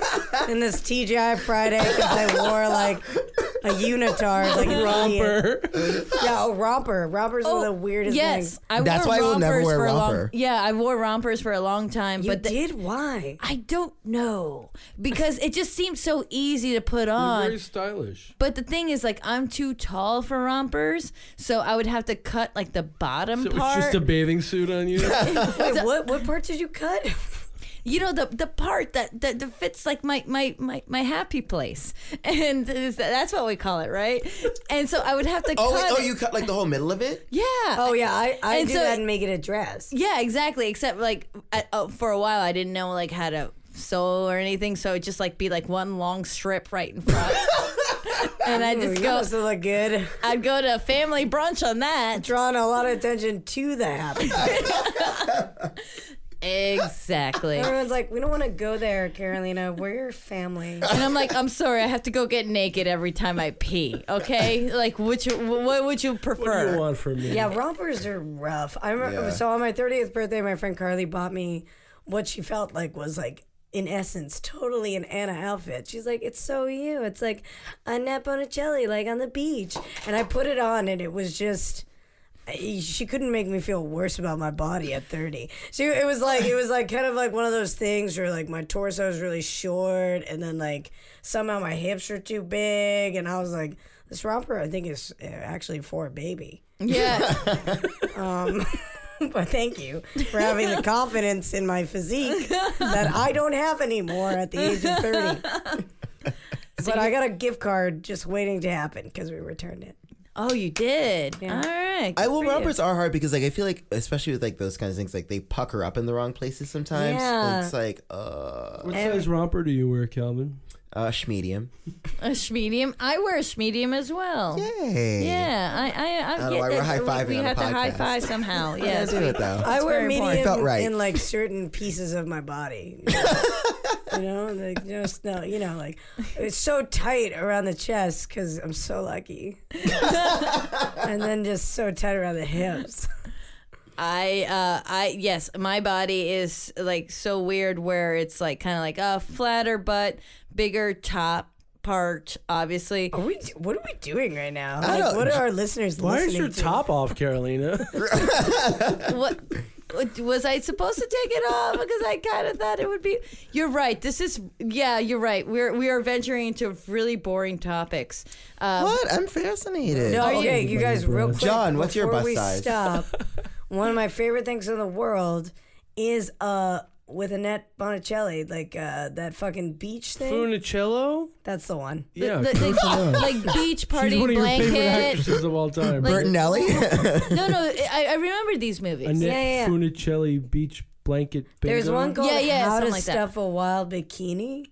[SPEAKER 3] in this TGI Friday because I wore like a unitard, like an idiot.
[SPEAKER 4] romper.
[SPEAKER 3] Yeah, oh romper. Rompers are the weirdest
[SPEAKER 1] Oh, Yes,
[SPEAKER 3] things.
[SPEAKER 1] I
[SPEAKER 2] That's
[SPEAKER 1] wore
[SPEAKER 2] why
[SPEAKER 1] rompers
[SPEAKER 2] I will never wear
[SPEAKER 1] for a long.
[SPEAKER 2] romper.
[SPEAKER 1] Yeah, I wore rompers for a long time,
[SPEAKER 3] You
[SPEAKER 1] but the-
[SPEAKER 3] did why?
[SPEAKER 1] I don't know because it just seems so easy to put on.
[SPEAKER 4] Very stylish.
[SPEAKER 1] But the thing is, like, I'm too tall for rompers, so I would have to cut like the bottom
[SPEAKER 4] So it's
[SPEAKER 1] part.
[SPEAKER 4] just a bathing suit on you.
[SPEAKER 3] Wait, what what part did you cut?
[SPEAKER 1] you know, the the part that, that that fits like my my my, my happy place, and is that- that's what we call it, right? And so I would have to
[SPEAKER 2] Oh, wait,
[SPEAKER 1] cut.
[SPEAKER 2] oh,
[SPEAKER 1] it.
[SPEAKER 2] you cut like the whole middle of it.
[SPEAKER 1] yeah.
[SPEAKER 3] Oh yeah, I, I
[SPEAKER 1] And
[SPEAKER 3] do
[SPEAKER 1] so-
[SPEAKER 3] that and make it a dress.
[SPEAKER 1] Yeah, exactly. Except like I, oh, for a while, I didn't know like how to sew or anything, so it'd just like be like one long strip right in front, and I
[SPEAKER 3] Ooh,
[SPEAKER 1] just
[SPEAKER 3] you
[SPEAKER 1] go.
[SPEAKER 3] must look good.
[SPEAKER 1] I'd go to a family brunch on that.
[SPEAKER 3] Drawing a lot of attention to the happy.
[SPEAKER 1] Exactly.
[SPEAKER 3] Everyone's like, we don't want to go there, Carolina. We're your family.
[SPEAKER 1] And I'm like, I'm sorry, I have to go get naked every time I pee. Okay, like, which what would you
[SPEAKER 4] What do
[SPEAKER 1] prefer?
[SPEAKER 4] you want from me?
[SPEAKER 3] Yeah, rompers are rough. I remember,
[SPEAKER 2] Yeah.
[SPEAKER 3] so on my 30th birthday, my friend Carly bought me what she felt like was like, in essence, totally an Anna outfit. She's like, it's so you. It's like a nap on a jelly, like on the beach. And I put it on, and it was just. She couldn't make me feel worse about my body at 30. She, it was like, it was like kind of like one of those things where like my torso is really short and then like somehow my hips are too big. And I was like, this romper, I think, is uh, actually for a baby.
[SPEAKER 1] Yeah,
[SPEAKER 3] But thank you for having the confidence in my physique that I don't have anymore at the age of 30. but I got a gift card just waiting to happen because we returned it.
[SPEAKER 1] Oh, you did. All right.
[SPEAKER 2] I will.
[SPEAKER 1] good for you.
[SPEAKER 2] Rompers are hard because, like, I feel like, especially with like those kinds of things, like they pucker up in the wrong places sometimes.
[SPEAKER 3] Yeah.
[SPEAKER 2] It's like, uh,
[SPEAKER 4] What size romper do you wear, Calvin?
[SPEAKER 2] uh, medium.
[SPEAKER 1] A schmedium. I wear a schmedium as well.
[SPEAKER 2] Hey.
[SPEAKER 1] Yeah, I, I, I
[SPEAKER 2] don't know
[SPEAKER 1] get
[SPEAKER 2] why we're
[SPEAKER 1] that.
[SPEAKER 2] high-fiving
[SPEAKER 1] We, we
[SPEAKER 2] on a
[SPEAKER 1] have to high
[SPEAKER 2] podcast.
[SPEAKER 1] five somehow.
[SPEAKER 2] I
[SPEAKER 1] Yeah,
[SPEAKER 2] do it though.
[SPEAKER 3] I wear
[SPEAKER 1] very important.
[SPEAKER 3] medium
[SPEAKER 2] Felt right.
[SPEAKER 3] in like certain pieces of my body. you know, like just no, you know, like it's so tight around the chest because I'm so lucky, and then just so tight around the hips.
[SPEAKER 1] I, uh, I, yes, my body is like so weird where it's like kind of like a flatter butt, bigger top part, obviously.
[SPEAKER 3] Are we? What are we doing right now?
[SPEAKER 2] I
[SPEAKER 3] Like,
[SPEAKER 2] don't-
[SPEAKER 3] what are our listeners?
[SPEAKER 4] Why is
[SPEAKER 3] listening
[SPEAKER 4] your
[SPEAKER 3] to?
[SPEAKER 4] top off, Carolina?
[SPEAKER 1] what what- was I supposed to take it off? Because I kind of thought it would be. You're right. This is yeah. You're right. We're we are venturing into really boring topics. Um,
[SPEAKER 2] What? I'm fascinated.
[SPEAKER 3] No,
[SPEAKER 1] Are you-
[SPEAKER 3] okay, you, guys, real quick.
[SPEAKER 2] John, what's your
[SPEAKER 3] before
[SPEAKER 2] bust
[SPEAKER 3] we
[SPEAKER 2] size?
[SPEAKER 3] Stop. One of my favorite things in the world is uh with Annette Bonicelli, like uh that fucking beach thing.
[SPEAKER 4] Funicello?
[SPEAKER 3] That's the one.
[SPEAKER 4] Yeah.
[SPEAKER 1] the-
[SPEAKER 4] close
[SPEAKER 1] the-
[SPEAKER 4] enough.
[SPEAKER 1] like beach party
[SPEAKER 4] She's one of your favorite
[SPEAKER 1] blanket.
[SPEAKER 4] actresses of all time.
[SPEAKER 1] Like-
[SPEAKER 2] Bertinelli?
[SPEAKER 1] No, no, I, I remember these movies.
[SPEAKER 4] Annette
[SPEAKER 3] Yeah, yeah.
[SPEAKER 4] Funicelli beach blanket. Bingo.
[SPEAKER 3] There's one called
[SPEAKER 1] Yeah, yeah,
[SPEAKER 3] How to
[SPEAKER 1] something like that.
[SPEAKER 3] Stuff a Wild Bikini.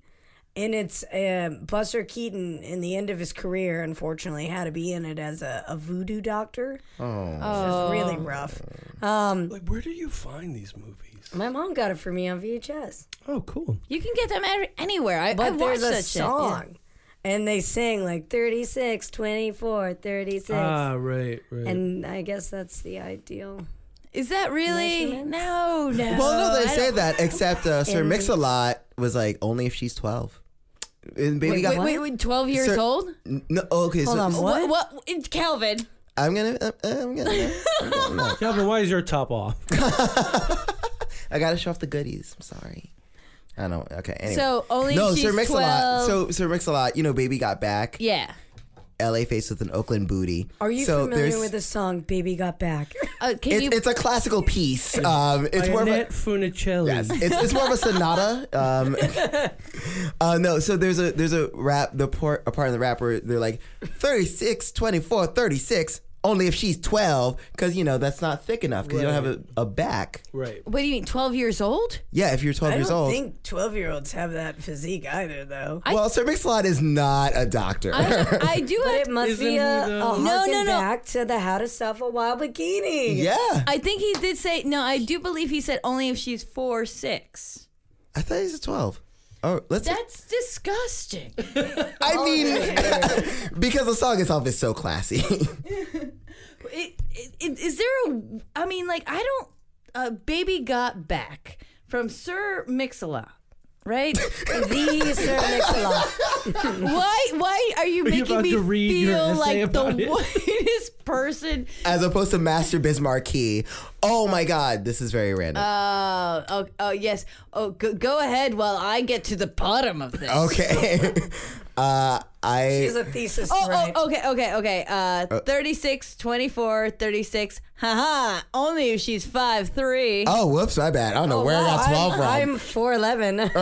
[SPEAKER 3] And it's um, Buster Keaton in the end of his career, unfortunately, had to be in it as a, a voodoo doctor.
[SPEAKER 2] oh.
[SPEAKER 3] It was really rough.
[SPEAKER 1] Oh.
[SPEAKER 3] Um,
[SPEAKER 4] Like, where do you find these movies?
[SPEAKER 3] my mom got it for me on VHS.
[SPEAKER 4] Oh, cool.
[SPEAKER 1] You can get them every, anywhere. I, I
[SPEAKER 3] But
[SPEAKER 1] watch
[SPEAKER 3] there's a
[SPEAKER 1] that
[SPEAKER 3] song. And they sing like 36, 24, 36.
[SPEAKER 4] Ah, right, right.
[SPEAKER 3] and I guess that's the ideal.
[SPEAKER 1] Shit. Is that really?
[SPEAKER 3] Measurements?
[SPEAKER 1] No, no.
[SPEAKER 2] Well, no, they
[SPEAKER 1] I
[SPEAKER 2] say
[SPEAKER 1] don't-
[SPEAKER 2] that, except uh, Sir
[SPEAKER 3] And-
[SPEAKER 2] Mix a Lot was like, only if she's 12. And baby
[SPEAKER 1] Wait,
[SPEAKER 2] got.
[SPEAKER 1] wait, wait, wait, twelve years
[SPEAKER 2] Sir-
[SPEAKER 1] old?
[SPEAKER 2] No, okay, so
[SPEAKER 3] on, what?
[SPEAKER 1] What? What? It's Calvin.
[SPEAKER 2] I'm gonna. uh, uh, I'm gonna. I'm gonna no.
[SPEAKER 4] Calvin, why is your top off?
[SPEAKER 2] I gotta show off the goodies. I'm sorry. I don't. Okay, anyway.
[SPEAKER 1] So only
[SPEAKER 2] no,
[SPEAKER 1] she's
[SPEAKER 2] Sir Mix a Lot.
[SPEAKER 1] 12.
[SPEAKER 2] So Sir Mix a Lot, you know, baby got back.
[SPEAKER 1] yeah.
[SPEAKER 2] LA faced with an Oakland booty.
[SPEAKER 3] Are you
[SPEAKER 2] so
[SPEAKER 3] familiar
[SPEAKER 2] there's-
[SPEAKER 3] with the song Baby Got Back?
[SPEAKER 1] Uh, can
[SPEAKER 2] It's,
[SPEAKER 1] you?
[SPEAKER 2] it's a classical piece. Um, it's more of a,
[SPEAKER 4] Annette Funicelli.
[SPEAKER 2] Yes, it's, it's more of a sonata. Um, uh, no, so there's a there's a rap the part a part of the rap where they're like 36, 24, 36, only if she's 12 cuz you know that's not thick enough cuz you don't have a, a back.
[SPEAKER 4] Right.
[SPEAKER 1] what do you mean? Twelve years old?
[SPEAKER 2] Yeah, if you're 12
[SPEAKER 3] I
[SPEAKER 2] years
[SPEAKER 3] don't
[SPEAKER 2] old.
[SPEAKER 3] think 12 year olds have that physique either, though.
[SPEAKER 2] well, Sir Mix-a-Lot is not a doctor.
[SPEAKER 1] I, I do
[SPEAKER 3] But
[SPEAKER 1] have.
[SPEAKER 3] it must
[SPEAKER 4] Isn't
[SPEAKER 3] be a,
[SPEAKER 4] he,
[SPEAKER 3] a
[SPEAKER 4] though?
[SPEAKER 3] harken
[SPEAKER 1] No, no, no.
[SPEAKER 3] back to the How to Stuff a Wild Bikini.
[SPEAKER 2] yeah.
[SPEAKER 1] I think he did say no. I do believe he said only if she's four six.
[SPEAKER 2] I thought he's a 12. Oh, let's
[SPEAKER 1] That's disgusting.
[SPEAKER 2] I mean because the song itself is so classy.
[SPEAKER 1] it, it, it, is there a? I mean, like I don't. Uh, baby got back from Sir Mix-a-Lot, right?
[SPEAKER 3] The Sir Mix-a-Lot.
[SPEAKER 1] why? Why are you making
[SPEAKER 4] about
[SPEAKER 1] me
[SPEAKER 4] to read your
[SPEAKER 1] feel
[SPEAKER 4] essay
[SPEAKER 1] like the
[SPEAKER 4] about it?
[SPEAKER 1] whitest person?
[SPEAKER 2] As opposed to Master Biz Marquee. Oh my god, this is very random.
[SPEAKER 1] Uh, oh, oh yes. Oh, go, go ahead while I get to the bottom of this.
[SPEAKER 2] Okay. uh, I
[SPEAKER 3] Here's a thesis,
[SPEAKER 1] Oh,
[SPEAKER 3] right?
[SPEAKER 1] oh, okay, okay, okay. Uh, 36, 24, 36. Haha. Only if she's 5'3.
[SPEAKER 2] oh whoops, my bad. I don't know where I
[SPEAKER 3] Wow,
[SPEAKER 2] got twelve
[SPEAKER 3] I'm,
[SPEAKER 2] from.
[SPEAKER 3] I'm 4'11.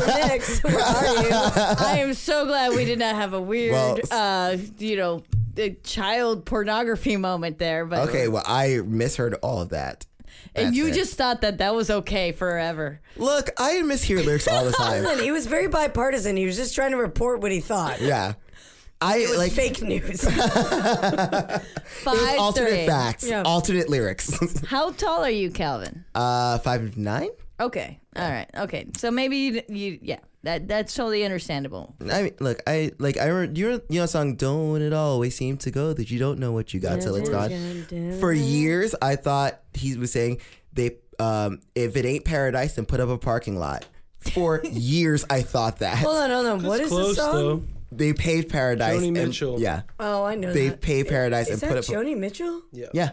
[SPEAKER 3] Sir Mix, where are you?
[SPEAKER 1] I am so glad we did not have a weird,
[SPEAKER 2] Well,
[SPEAKER 1] uh, you know, the child pornography moment there. But
[SPEAKER 2] okay, well I misheard all of that.
[SPEAKER 1] And
[SPEAKER 2] That's
[SPEAKER 1] you
[SPEAKER 2] it.
[SPEAKER 1] just thought that that was okay forever.
[SPEAKER 2] look. I mishear lyrics all the time.
[SPEAKER 3] Listen, He was very bipartisan. He was just trying to report what he thought.
[SPEAKER 2] yeah. I
[SPEAKER 3] It was
[SPEAKER 2] like
[SPEAKER 3] fake news.
[SPEAKER 1] Five
[SPEAKER 2] it was alternate
[SPEAKER 1] three.
[SPEAKER 2] facts,
[SPEAKER 3] Yeah.
[SPEAKER 2] alternate lyrics.
[SPEAKER 1] How tall are you, Calvin?
[SPEAKER 2] uh, five nine.
[SPEAKER 1] Okay. All right. Okay. So maybe you, you yeah. That that's totally understandable.
[SPEAKER 2] I mean, look, I like I remember you know, you know the song "Don't It Always Seem to Go" that you don't know what you got till it's gone. For years, I thought he was saying they um, if it ain't paradise, then put up a parking lot. For years, I thought that
[SPEAKER 3] hold on, hold on. What is
[SPEAKER 4] Close
[SPEAKER 3] this song?
[SPEAKER 4] though.
[SPEAKER 2] they paved paradise.
[SPEAKER 4] Joni
[SPEAKER 2] and-
[SPEAKER 4] Mitchell.
[SPEAKER 2] yeah,
[SPEAKER 3] Oh, I know
[SPEAKER 2] they
[SPEAKER 3] that.
[SPEAKER 2] paved paradise
[SPEAKER 3] Is
[SPEAKER 2] and
[SPEAKER 3] that
[SPEAKER 2] put up. a-
[SPEAKER 3] Joni Mitchell?
[SPEAKER 2] yeah.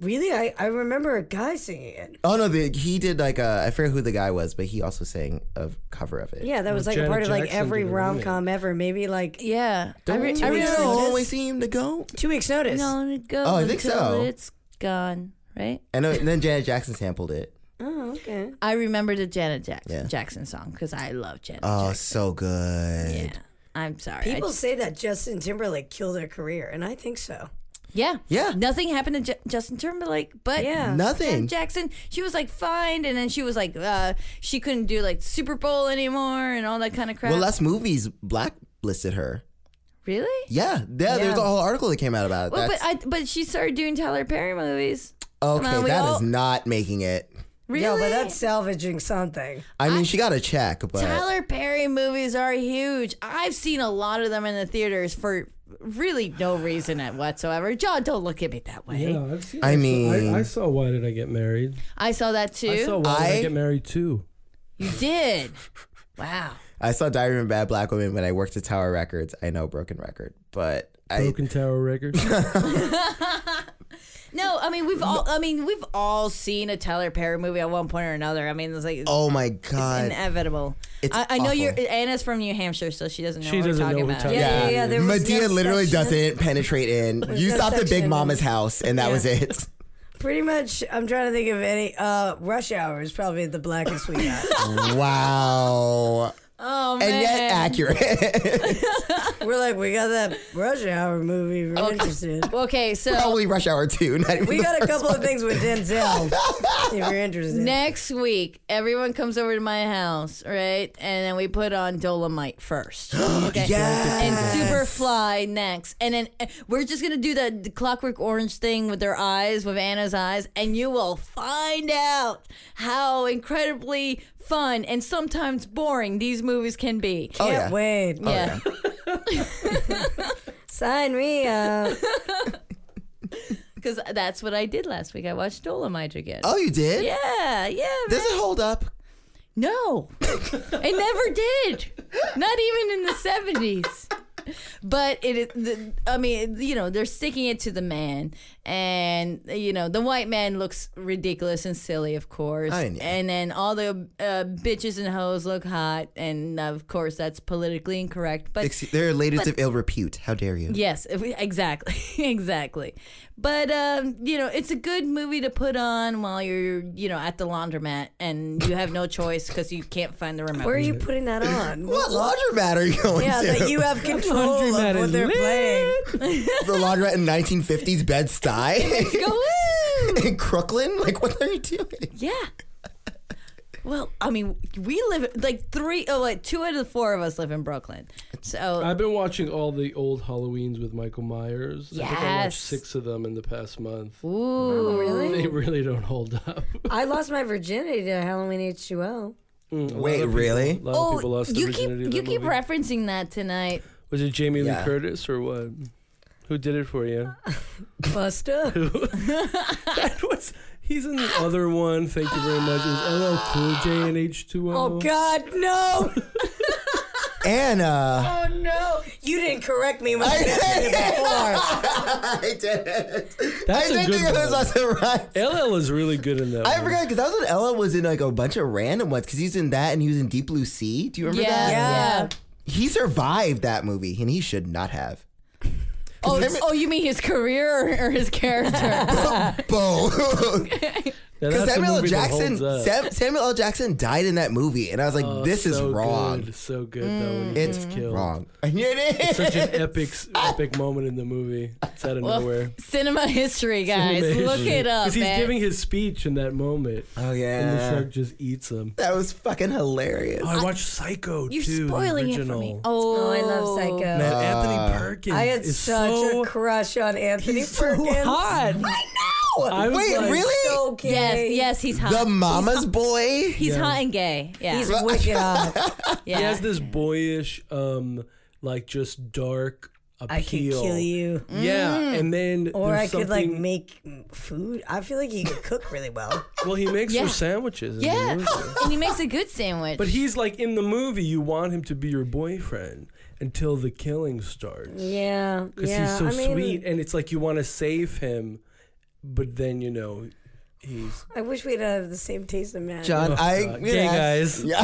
[SPEAKER 3] Really? I, I remember a guy singing it.
[SPEAKER 2] Oh no, the, he did like a I forget who the guy was, but he also sang a cover of it.
[SPEAKER 3] Yeah, that was like a
[SPEAKER 4] Janet
[SPEAKER 3] part of like
[SPEAKER 4] Jackson
[SPEAKER 3] every
[SPEAKER 4] did a
[SPEAKER 3] rom com ever. Maybe like
[SPEAKER 1] Yeah. I, re-
[SPEAKER 2] Don't
[SPEAKER 1] I
[SPEAKER 2] it
[SPEAKER 1] really
[SPEAKER 2] always seem to go.
[SPEAKER 3] two weeks notice.
[SPEAKER 1] No, go
[SPEAKER 2] Oh, I think
[SPEAKER 1] until
[SPEAKER 2] so.
[SPEAKER 1] It's gone, right?
[SPEAKER 2] And uh, then Janet Jackson sampled it.
[SPEAKER 3] Oh, okay.
[SPEAKER 1] I remember the Janet Jackson,
[SPEAKER 2] Yeah.
[SPEAKER 1] Jackson song because I love Janet.
[SPEAKER 2] Oh, so good.
[SPEAKER 1] Jackson. Yeah. I'm sorry. I
[SPEAKER 3] People
[SPEAKER 1] just-
[SPEAKER 3] say that Justin Timberlake killed her career, and I think so.
[SPEAKER 1] yeah.
[SPEAKER 2] Yeah.
[SPEAKER 1] Nothing happened to J- Justin Timberlake, but
[SPEAKER 3] Yeah.
[SPEAKER 1] Janet
[SPEAKER 2] Nothing.
[SPEAKER 1] Jackson, she was like fined, and then she was like, uh, she couldn't do like Super Bowl anymore and all that kind of crap.
[SPEAKER 2] Well, last movies blacklisted her.
[SPEAKER 1] really?
[SPEAKER 2] Yeah, yeah. There's a whole article that came out about it.
[SPEAKER 1] Well, but
[SPEAKER 2] That's,
[SPEAKER 1] I, but she started doing Tyler Perry movies.
[SPEAKER 2] okay, that
[SPEAKER 1] on,
[SPEAKER 2] is
[SPEAKER 1] we all-
[SPEAKER 2] not making it.
[SPEAKER 1] Really?
[SPEAKER 3] Yeah, but that's salvaging something.
[SPEAKER 2] I mean, she got a check, but
[SPEAKER 1] Tyler Perry movies are huge. I've seen a lot of them in the theaters for really no reason at whatsoever. John, don't look at me that way.
[SPEAKER 4] Yeah, I've seen.
[SPEAKER 2] I
[SPEAKER 4] it.
[SPEAKER 2] mean-
[SPEAKER 4] I, I saw Why Did I Get Married?
[SPEAKER 1] I saw that too.
[SPEAKER 4] I saw Why Did
[SPEAKER 2] I-
[SPEAKER 4] I Get Married too.
[SPEAKER 1] you did. Wow.
[SPEAKER 2] I saw Diary of a Bad Black Woman when I worked at Tower Records. I know, broken record, but I
[SPEAKER 4] Broken Tower Records.
[SPEAKER 1] No, I mean we've all. I mean we've all seen a Tyler Perry movie at one point or another. I mean it's like.
[SPEAKER 2] oh my god,
[SPEAKER 1] Inevitable.
[SPEAKER 2] It's
[SPEAKER 1] I, I know
[SPEAKER 2] awful.
[SPEAKER 1] you're Anna's from New Hampshire, so she doesn't know
[SPEAKER 4] She
[SPEAKER 1] what
[SPEAKER 4] doesn't
[SPEAKER 1] we're talking
[SPEAKER 4] know what
[SPEAKER 1] about.
[SPEAKER 4] we're
[SPEAKER 3] Yeah, yeah, yeah. there was
[SPEAKER 2] Medea
[SPEAKER 3] no
[SPEAKER 2] literally
[SPEAKER 3] section.
[SPEAKER 2] doesn't penetrate in. You
[SPEAKER 3] no
[SPEAKER 2] stopped at Big
[SPEAKER 3] section.
[SPEAKER 2] Mama's house, and that was it.
[SPEAKER 3] Pretty much, I'm trying to think of any. Uh, rush hour is probably the blackest we got.
[SPEAKER 2] wow.
[SPEAKER 1] Oh man.
[SPEAKER 2] And yet accurate.
[SPEAKER 3] We're like, we got that rush hour movie. We're interested.
[SPEAKER 1] okay, so
[SPEAKER 2] Probably Rush Hour 2. Not even
[SPEAKER 3] We
[SPEAKER 2] the
[SPEAKER 3] got a
[SPEAKER 2] first
[SPEAKER 3] couple
[SPEAKER 2] one.
[SPEAKER 3] of things with Denzel. if you're interested.
[SPEAKER 1] Next week, everyone comes over to my house, right? And then we put on Dolomite first. Okay. And Superfly next. And then uh, we're just going to do the, the Clockwork Orange thing with their eyes, with Anna's eyes, and you will find out how incredibly fun and sometimes boring these movies can be.
[SPEAKER 2] Oh,
[SPEAKER 3] Can't
[SPEAKER 2] yeah.
[SPEAKER 3] wait.
[SPEAKER 1] yeah.
[SPEAKER 3] Sign me up.
[SPEAKER 1] Because that's what I did last week. I watched Dolomite again.
[SPEAKER 2] Oh, you did?
[SPEAKER 1] Yeah, yeah.
[SPEAKER 2] Does it hold up?
[SPEAKER 1] No, it never did. Not even in the seventies. But it is. The, I mean, you know, they're sticking it to the man, and you know, the white man looks ridiculous and silly, of course.
[SPEAKER 2] I know.
[SPEAKER 1] And then all the uh, bitches and hoes look hot, and of course that's politically incorrect. But
[SPEAKER 2] Ex- They're ladies of ill repute. How dare you?
[SPEAKER 1] Yes, if we- exactly, exactly. But um, you know, it's a good movie to put on while you're, you know, at the laundromat and you have no choice because you can't find the remote.
[SPEAKER 3] Where are you putting that on?
[SPEAKER 2] What laundromat are you going
[SPEAKER 3] Yeah,
[SPEAKER 2] to?
[SPEAKER 3] that you have control of what they're playing.
[SPEAKER 2] the laundromat in 1950s Bed Stuy
[SPEAKER 1] Go woo!
[SPEAKER 2] in Crooklyn? Like, what are you doing?
[SPEAKER 1] Yeah. Well, I mean, we live like three, oh, like two out of the four of us live in Brooklyn. So
[SPEAKER 4] I've been watching all the old Halloweens with Michael Myers. I think I
[SPEAKER 1] Yes.
[SPEAKER 4] watched six of them in the past month.
[SPEAKER 1] ooh,
[SPEAKER 4] They really don't hold up.
[SPEAKER 3] I lost my virginity to Halloween H2O.
[SPEAKER 4] Mm, a lot
[SPEAKER 2] Wait,
[SPEAKER 4] of people-
[SPEAKER 2] really?
[SPEAKER 4] A lot of people
[SPEAKER 1] oh,
[SPEAKER 4] lost the
[SPEAKER 1] you keep
[SPEAKER 4] virginity to
[SPEAKER 1] you
[SPEAKER 4] that
[SPEAKER 1] keep
[SPEAKER 4] movie.
[SPEAKER 1] referencing that tonight.
[SPEAKER 4] Was it Jamie
[SPEAKER 2] Yeah.
[SPEAKER 4] Lee Curtis or what? Who did it for you?
[SPEAKER 3] Busta.
[SPEAKER 4] that was. He's in the other one. Thank you very much. It was LL Cool J and H2O.
[SPEAKER 3] Oh God, no!
[SPEAKER 2] Anna.
[SPEAKER 3] Oh no! You didn't correct me when Oh, I said it before.
[SPEAKER 2] I did it.
[SPEAKER 4] That's
[SPEAKER 2] I
[SPEAKER 4] a
[SPEAKER 2] did
[SPEAKER 4] good
[SPEAKER 2] think I was
[SPEAKER 4] one.
[SPEAKER 2] on the right.
[SPEAKER 4] LL is really good in that.
[SPEAKER 2] I
[SPEAKER 4] one.
[SPEAKER 2] forgot because that's when Ella was in like a bunch of random ones because he's in that and he was in Deep Blue Sea. Do you remember
[SPEAKER 1] Yeah,
[SPEAKER 2] that?
[SPEAKER 1] yeah.
[SPEAKER 2] He survived that movie and he should not have.
[SPEAKER 1] Oh,
[SPEAKER 2] Is that-
[SPEAKER 1] oh, you mean his career or, or his character?
[SPEAKER 2] Bo.
[SPEAKER 4] Now,
[SPEAKER 2] Because
[SPEAKER 4] that's a
[SPEAKER 2] Samuel L.
[SPEAKER 4] movie that
[SPEAKER 2] Jackson,
[SPEAKER 4] holds up.
[SPEAKER 2] Sam, Samuel L. Jackson died in that movie, and I was like,
[SPEAKER 4] Oh,
[SPEAKER 2] "This is
[SPEAKER 4] so
[SPEAKER 2] wrong. Mm.
[SPEAKER 4] Good. So good though. When he
[SPEAKER 2] It's
[SPEAKER 4] gets killed.
[SPEAKER 2] wrong." It
[SPEAKER 4] Such an epic, epic moment in the movie. It's out of
[SPEAKER 1] Well,
[SPEAKER 4] nowhere.
[SPEAKER 1] Cinema history, guys. Look it up,
[SPEAKER 4] Because he's
[SPEAKER 1] man.
[SPEAKER 4] giving his speech in that moment,
[SPEAKER 2] Oh
[SPEAKER 4] and the
[SPEAKER 2] yeah,
[SPEAKER 4] shark just eats him.
[SPEAKER 2] that was fucking hilarious.
[SPEAKER 4] Oh, I watched Psycho
[SPEAKER 1] You're
[SPEAKER 4] too. the
[SPEAKER 1] spoiling it for
[SPEAKER 4] original.
[SPEAKER 1] me. Oh,
[SPEAKER 3] Oh, I love Psycho.
[SPEAKER 4] Man,
[SPEAKER 2] Uh,
[SPEAKER 4] Anthony Perkins
[SPEAKER 3] I had
[SPEAKER 4] is
[SPEAKER 3] such
[SPEAKER 4] so
[SPEAKER 3] a crush on Anthony
[SPEAKER 4] he's so
[SPEAKER 3] Perkins.
[SPEAKER 4] hot. I was
[SPEAKER 2] Wait,
[SPEAKER 4] like-
[SPEAKER 2] really?
[SPEAKER 3] So gay.
[SPEAKER 1] Yes, yes, he's hot.
[SPEAKER 2] The Mama's Boy.
[SPEAKER 1] He's
[SPEAKER 4] Yeah.
[SPEAKER 1] hot and gay. Yeah,
[SPEAKER 3] He's wicked hot.
[SPEAKER 1] yeah.
[SPEAKER 4] He has this boyish, um, like just dark appeal.
[SPEAKER 3] I could kill you. Mm.
[SPEAKER 4] Yeah, and then
[SPEAKER 3] Or
[SPEAKER 4] there's
[SPEAKER 3] I could like
[SPEAKER 4] something-
[SPEAKER 3] make food. I feel like he could cook really well.
[SPEAKER 4] Well, he makes
[SPEAKER 1] Yeah.
[SPEAKER 4] her sandwiches. in the
[SPEAKER 1] yeah,
[SPEAKER 4] movie.
[SPEAKER 1] and he makes a good sandwich.
[SPEAKER 4] But he's like in the movie. You want him to be your boyfriend until the killing starts.
[SPEAKER 3] yeah,
[SPEAKER 4] Because
[SPEAKER 3] yeah.
[SPEAKER 4] he's so
[SPEAKER 3] I mean,
[SPEAKER 4] sweet, and it's like you want to save him, but then you know he's
[SPEAKER 3] I wish we'd have the same taste in men.
[SPEAKER 2] John, I
[SPEAKER 4] uh, gay guys.
[SPEAKER 1] no,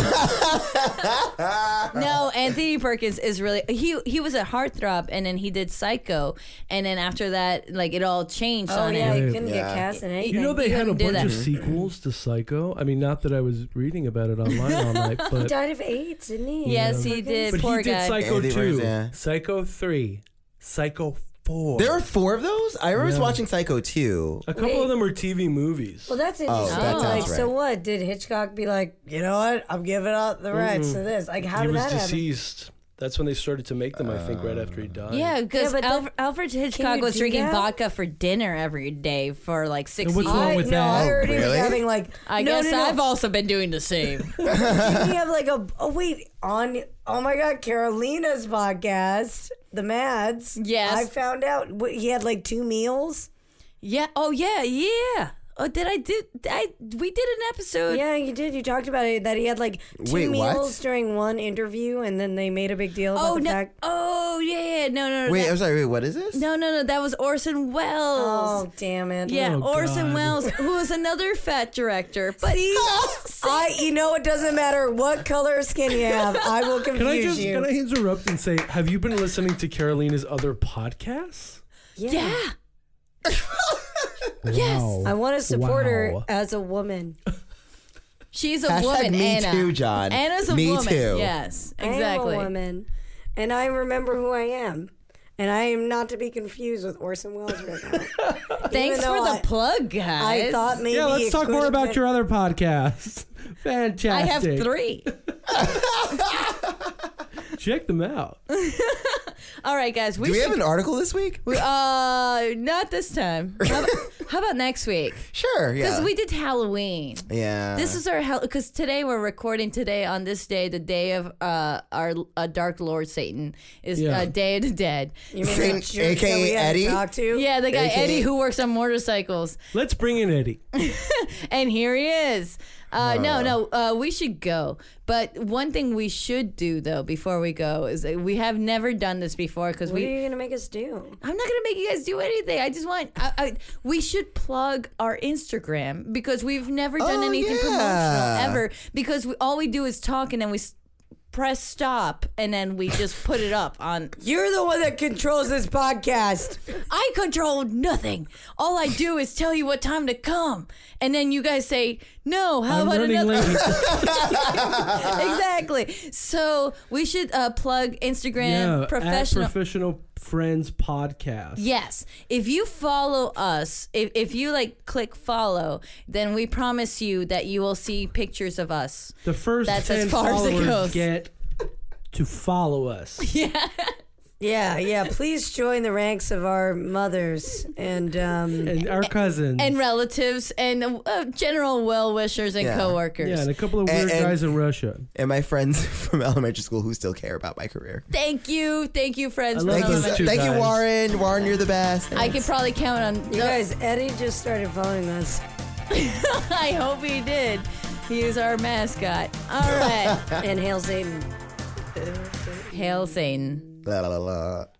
[SPEAKER 4] Oh.
[SPEAKER 1] Anthony Perkins is really he he was a heartthrob, and then he did Psycho, and then after that, like it all changed
[SPEAKER 3] oh
[SPEAKER 1] on
[SPEAKER 3] yeah,
[SPEAKER 1] him.
[SPEAKER 3] he couldn't
[SPEAKER 2] Yeah.
[SPEAKER 3] get cast in anything.
[SPEAKER 4] You know they
[SPEAKER 1] he
[SPEAKER 4] had a
[SPEAKER 1] wouldn't do
[SPEAKER 4] bunch
[SPEAKER 1] that.
[SPEAKER 4] of sequels to Psycho. I mean, not that I was reading about it online all night,
[SPEAKER 3] he
[SPEAKER 4] but
[SPEAKER 3] died of AIDS, didn't he?
[SPEAKER 1] Yes, he
[SPEAKER 3] Fucking-
[SPEAKER 1] did.
[SPEAKER 4] but
[SPEAKER 1] Poor
[SPEAKER 4] he did
[SPEAKER 1] guy.
[SPEAKER 4] Psycho
[SPEAKER 2] Andy
[SPEAKER 4] two,
[SPEAKER 2] Burns, yeah.
[SPEAKER 4] Psycho three, Psycho four.
[SPEAKER 2] There were four of those. I remember
[SPEAKER 4] Yeah.
[SPEAKER 2] watching Psycho too.
[SPEAKER 4] a couple of them were TV movies.
[SPEAKER 3] Well, that's interesting.
[SPEAKER 1] that
[SPEAKER 3] like,
[SPEAKER 1] sounds
[SPEAKER 2] right.
[SPEAKER 3] so what? Did Hitchcock be like, you know what? I'm giving up the rights to this. Like, how
[SPEAKER 4] he
[SPEAKER 3] did
[SPEAKER 4] was
[SPEAKER 3] that happen?
[SPEAKER 4] deceased. That's when they started to make them. I think right after
[SPEAKER 2] Uh,
[SPEAKER 4] he died.
[SPEAKER 1] Yeah, because
[SPEAKER 3] but that-
[SPEAKER 1] Alfred, Hitchcock
[SPEAKER 3] you
[SPEAKER 1] was
[SPEAKER 3] do
[SPEAKER 1] drinking
[SPEAKER 3] that?
[SPEAKER 1] vodka for dinner every day for like six
[SPEAKER 4] what's
[SPEAKER 1] years.
[SPEAKER 4] wrong
[SPEAKER 3] I,
[SPEAKER 4] with
[SPEAKER 3] no,
[SPEAKER 4] that?
[SPEAKER 3] I already was
[SPEAKER 2] Really?
[SPEAKER 3] having like.
[SPEAKER 1] I
[SPEAKER 3] no,
[SPEAKER 1] guess
[SPEAKER 3] no, no.
[SPEAKER 1] I've also been doing the same.
[SPEAKER 3] we have like a oh wait on oh my god Carolina's podcast the Mads
[SPEAKER 1] Yes.
[SPEAKER 3] I found out what, he had like two meals
[SPEAKER 1] yeah. Oh yeah. Yeah. Oh, did I did I? We did an episode.
[SPEAKER 3] yeah you did you talked about it that he had like two
[SPEAKER 2] Wait, what?
[SPEAKER 3] meals during one interview and then they made a big deal about
[SPEAKER 1] Oh
[SPEAKER 3] the
[SPEAKER 1] no.
[SPEAKER 3] fact
[SPEAKER 1] Oh yeah. yeah, No. No. no
[SPEAKER 2] Wait,
[SPEAKER 1] that-
[SPEAKER 2] I'm sorry. Wait, what is this?
[SPEAKER 1] no. No. No. That was Orson Welles.
[SPEAKER 3] oh damn it
[SPEAKER 1] Yeah,
[SPEAKER 4] Oh,
[SPEAKER 1] Orson
[SPEAKER 4] God.
[SPEAKER 1] Welles, who was another fat director, but he.
[SPEAKER 3] I you know it doesn't matter what color of skin you have I will confuse
[SPEAKER 4] Can I just
[SPEAKER 3] you
[SPEAKER 4] can I interrupt and say, have you been listening to Carolina's other podcasts?
[SPEAKER 1] yeah. yes,
[SPEAKER 3] I want to support her
[SPEAKER 4] Wow.
[SPEAKER 3] as a woman
[SPEAKER 1] she's a
[SPEAKER 2] Hashtag
[SPEAKER 1] woman.
[SPEAKER 2] me
[SPEAKER 1] Anna.
[SPEAKER 2] too, John.
[SPEAKER 1] Anna's a
[SPEAKER 2] Me
[SPEAKER 1] woman.
[SPEAKER 2] too.
[SPEAKER 1] Yes,
[SPEAKER 3] I
[SPEAKER 1] exactly.
[SPEAKER 3] am a woman, and I remember who I am, and I am not to be confused with Orson Welles right now.
[SPEAKER 1] Thanks
[SPEAKER 3] Even
[SPEAKER 1] for
[SPEAKER 3] though
[SPEAKER 1] the
[SPEAKER 3] I-
[SPEAKER 1] plug, guys.
[SPEAKER 3] I thought maybe. it could have been-
[SPEAKER 4] other podcasts. Fantastic.
[SPEAKER 1] I have three.
[SPEAKER 4] Check them out.
[SPEAKER 1] All right, guys. We,
[SPEAKER 2] Do we
[SPEAKER 1] should,
[SPEAKER 2] have an article this week?
[SPEAKER 1] we- uh, not this time. How about, how about next week?
[SPEAKER 2] Sure.
[SPEAKER 1] Because
[SPEAKER 2] Yeah.
[SPEAKER 1] we did Halloween.
[SPEAKER 2] yeah.
[SPEAKER 1] This is our hell because today we're recording today on this day, the day of uh, our uh, Dark Lord Satan is
[SPEAKER 4] Yeah.
[SPEAKER 1] uh, Day of the Dead.
[SPEAKER 3] You mean
[SPEAKER 2] Same-
[SPEAKER 3] that jerk that
[SPEAKER 2] AKA
[SPEAKER 3] we had to
[SPEAKER 2] Eddie?
[SPEAKER 3] Talk to?
[SPEAKER 1] Yeah, the guy
[SPEAKER 2] AKA
[SPEAKER 1] Eddie who works on motorcycles,
[SPEAKER 4] Let's bring in Eddie.
[SPEAKER 1] and here he is. Uh, no, no, uh, we should go. But one thing we should do though before we go is that we have never done this before because
[SPEAKER 3] What are
[SPEAKER 1] we
[SPEAKER 3] you gonna make us do?
[SPEAKER 1] I'm not gonna make you guys do anything. I just want. I, I, we should plug our Instagram because we've never done
[SPEAKER 2] Oh,
[SPEAKER 1] anything
[SPEAKER 2] yeah.
[SPEAKER 1] promotional ever. Because we, all we do is talk and then we s- press stop and then we just put it up on.
[SPEAKER 3] You're the one that controls this podcast.
[SPEAKER 1] I control nothing. All I do is tell you what time to come, and then you guys say no. How
[SPEAKER 4] I'm
[SPEAKER 1] about
[SPEAKER 4] running
[SPEAKER 1] another?
[SPEAKER 4] late.
[SPEAKER 1] exactly. So we should uh, plug Instagram
[SPEAKER 4] yeah,
[SPEAKER 1] professional.
[SPEAKER 4] At professional friends podcast.
[SPEAKER 1] Yes. If you follow us, if, if you like click follow, then we promise you that you will see pictures of us.
[SPEAKER 4] The first
[SPEAKER 1] That's as
[SPEAKER 4] ten
[SPEAKER 1] far as it
[SPEAKER 4] followers
[SPEAKER 1] goes.
[SPEAKER 4] get to follow us.
[SPEAKER 3] Yeah, yeah. Please join the ranks of our mothers and um,
[SPEAKER 4] and our cousins.
[SPEAKER 1] And relatives and uh, general well wishers and
[SPEAKER 2] Yeah.
[SPEAKER 1] coworkers.
[SPEAKER 4] yeah, and a couple of weird
[SPEAKER 2] And- and-
[SPEAKER 4] guys in Russia.
[SPEAKER 2] and my friends from elementary school who still care about my career.
[SPEAKER 1] Thank you. Thank you, friends.
[SPEAKER 4] I
[SPEAKER 1] for
[SPEAKER 4] love
[SPEAKER 2] Thank you,
[SPEAKER 4] those
[SPEAKER 1] coming.
[SPEAKER 4] two
[SPEAKER 2] thank you,
[SPEAKER 4] guys.
[SPEAKER 2] Warren. Warren, you're the best.
[SPEAKER 1] I could probably count on.
[SPEAKER 3] you guys. Eddie just started following us.
[SPEAKER 1] I hope he did. He is our mascot. All right.
[SPEAKER 3] and Hail Satan.
[SPEAKER 1] Hail Satan.
[SPEAKER 2] La, la, la, la.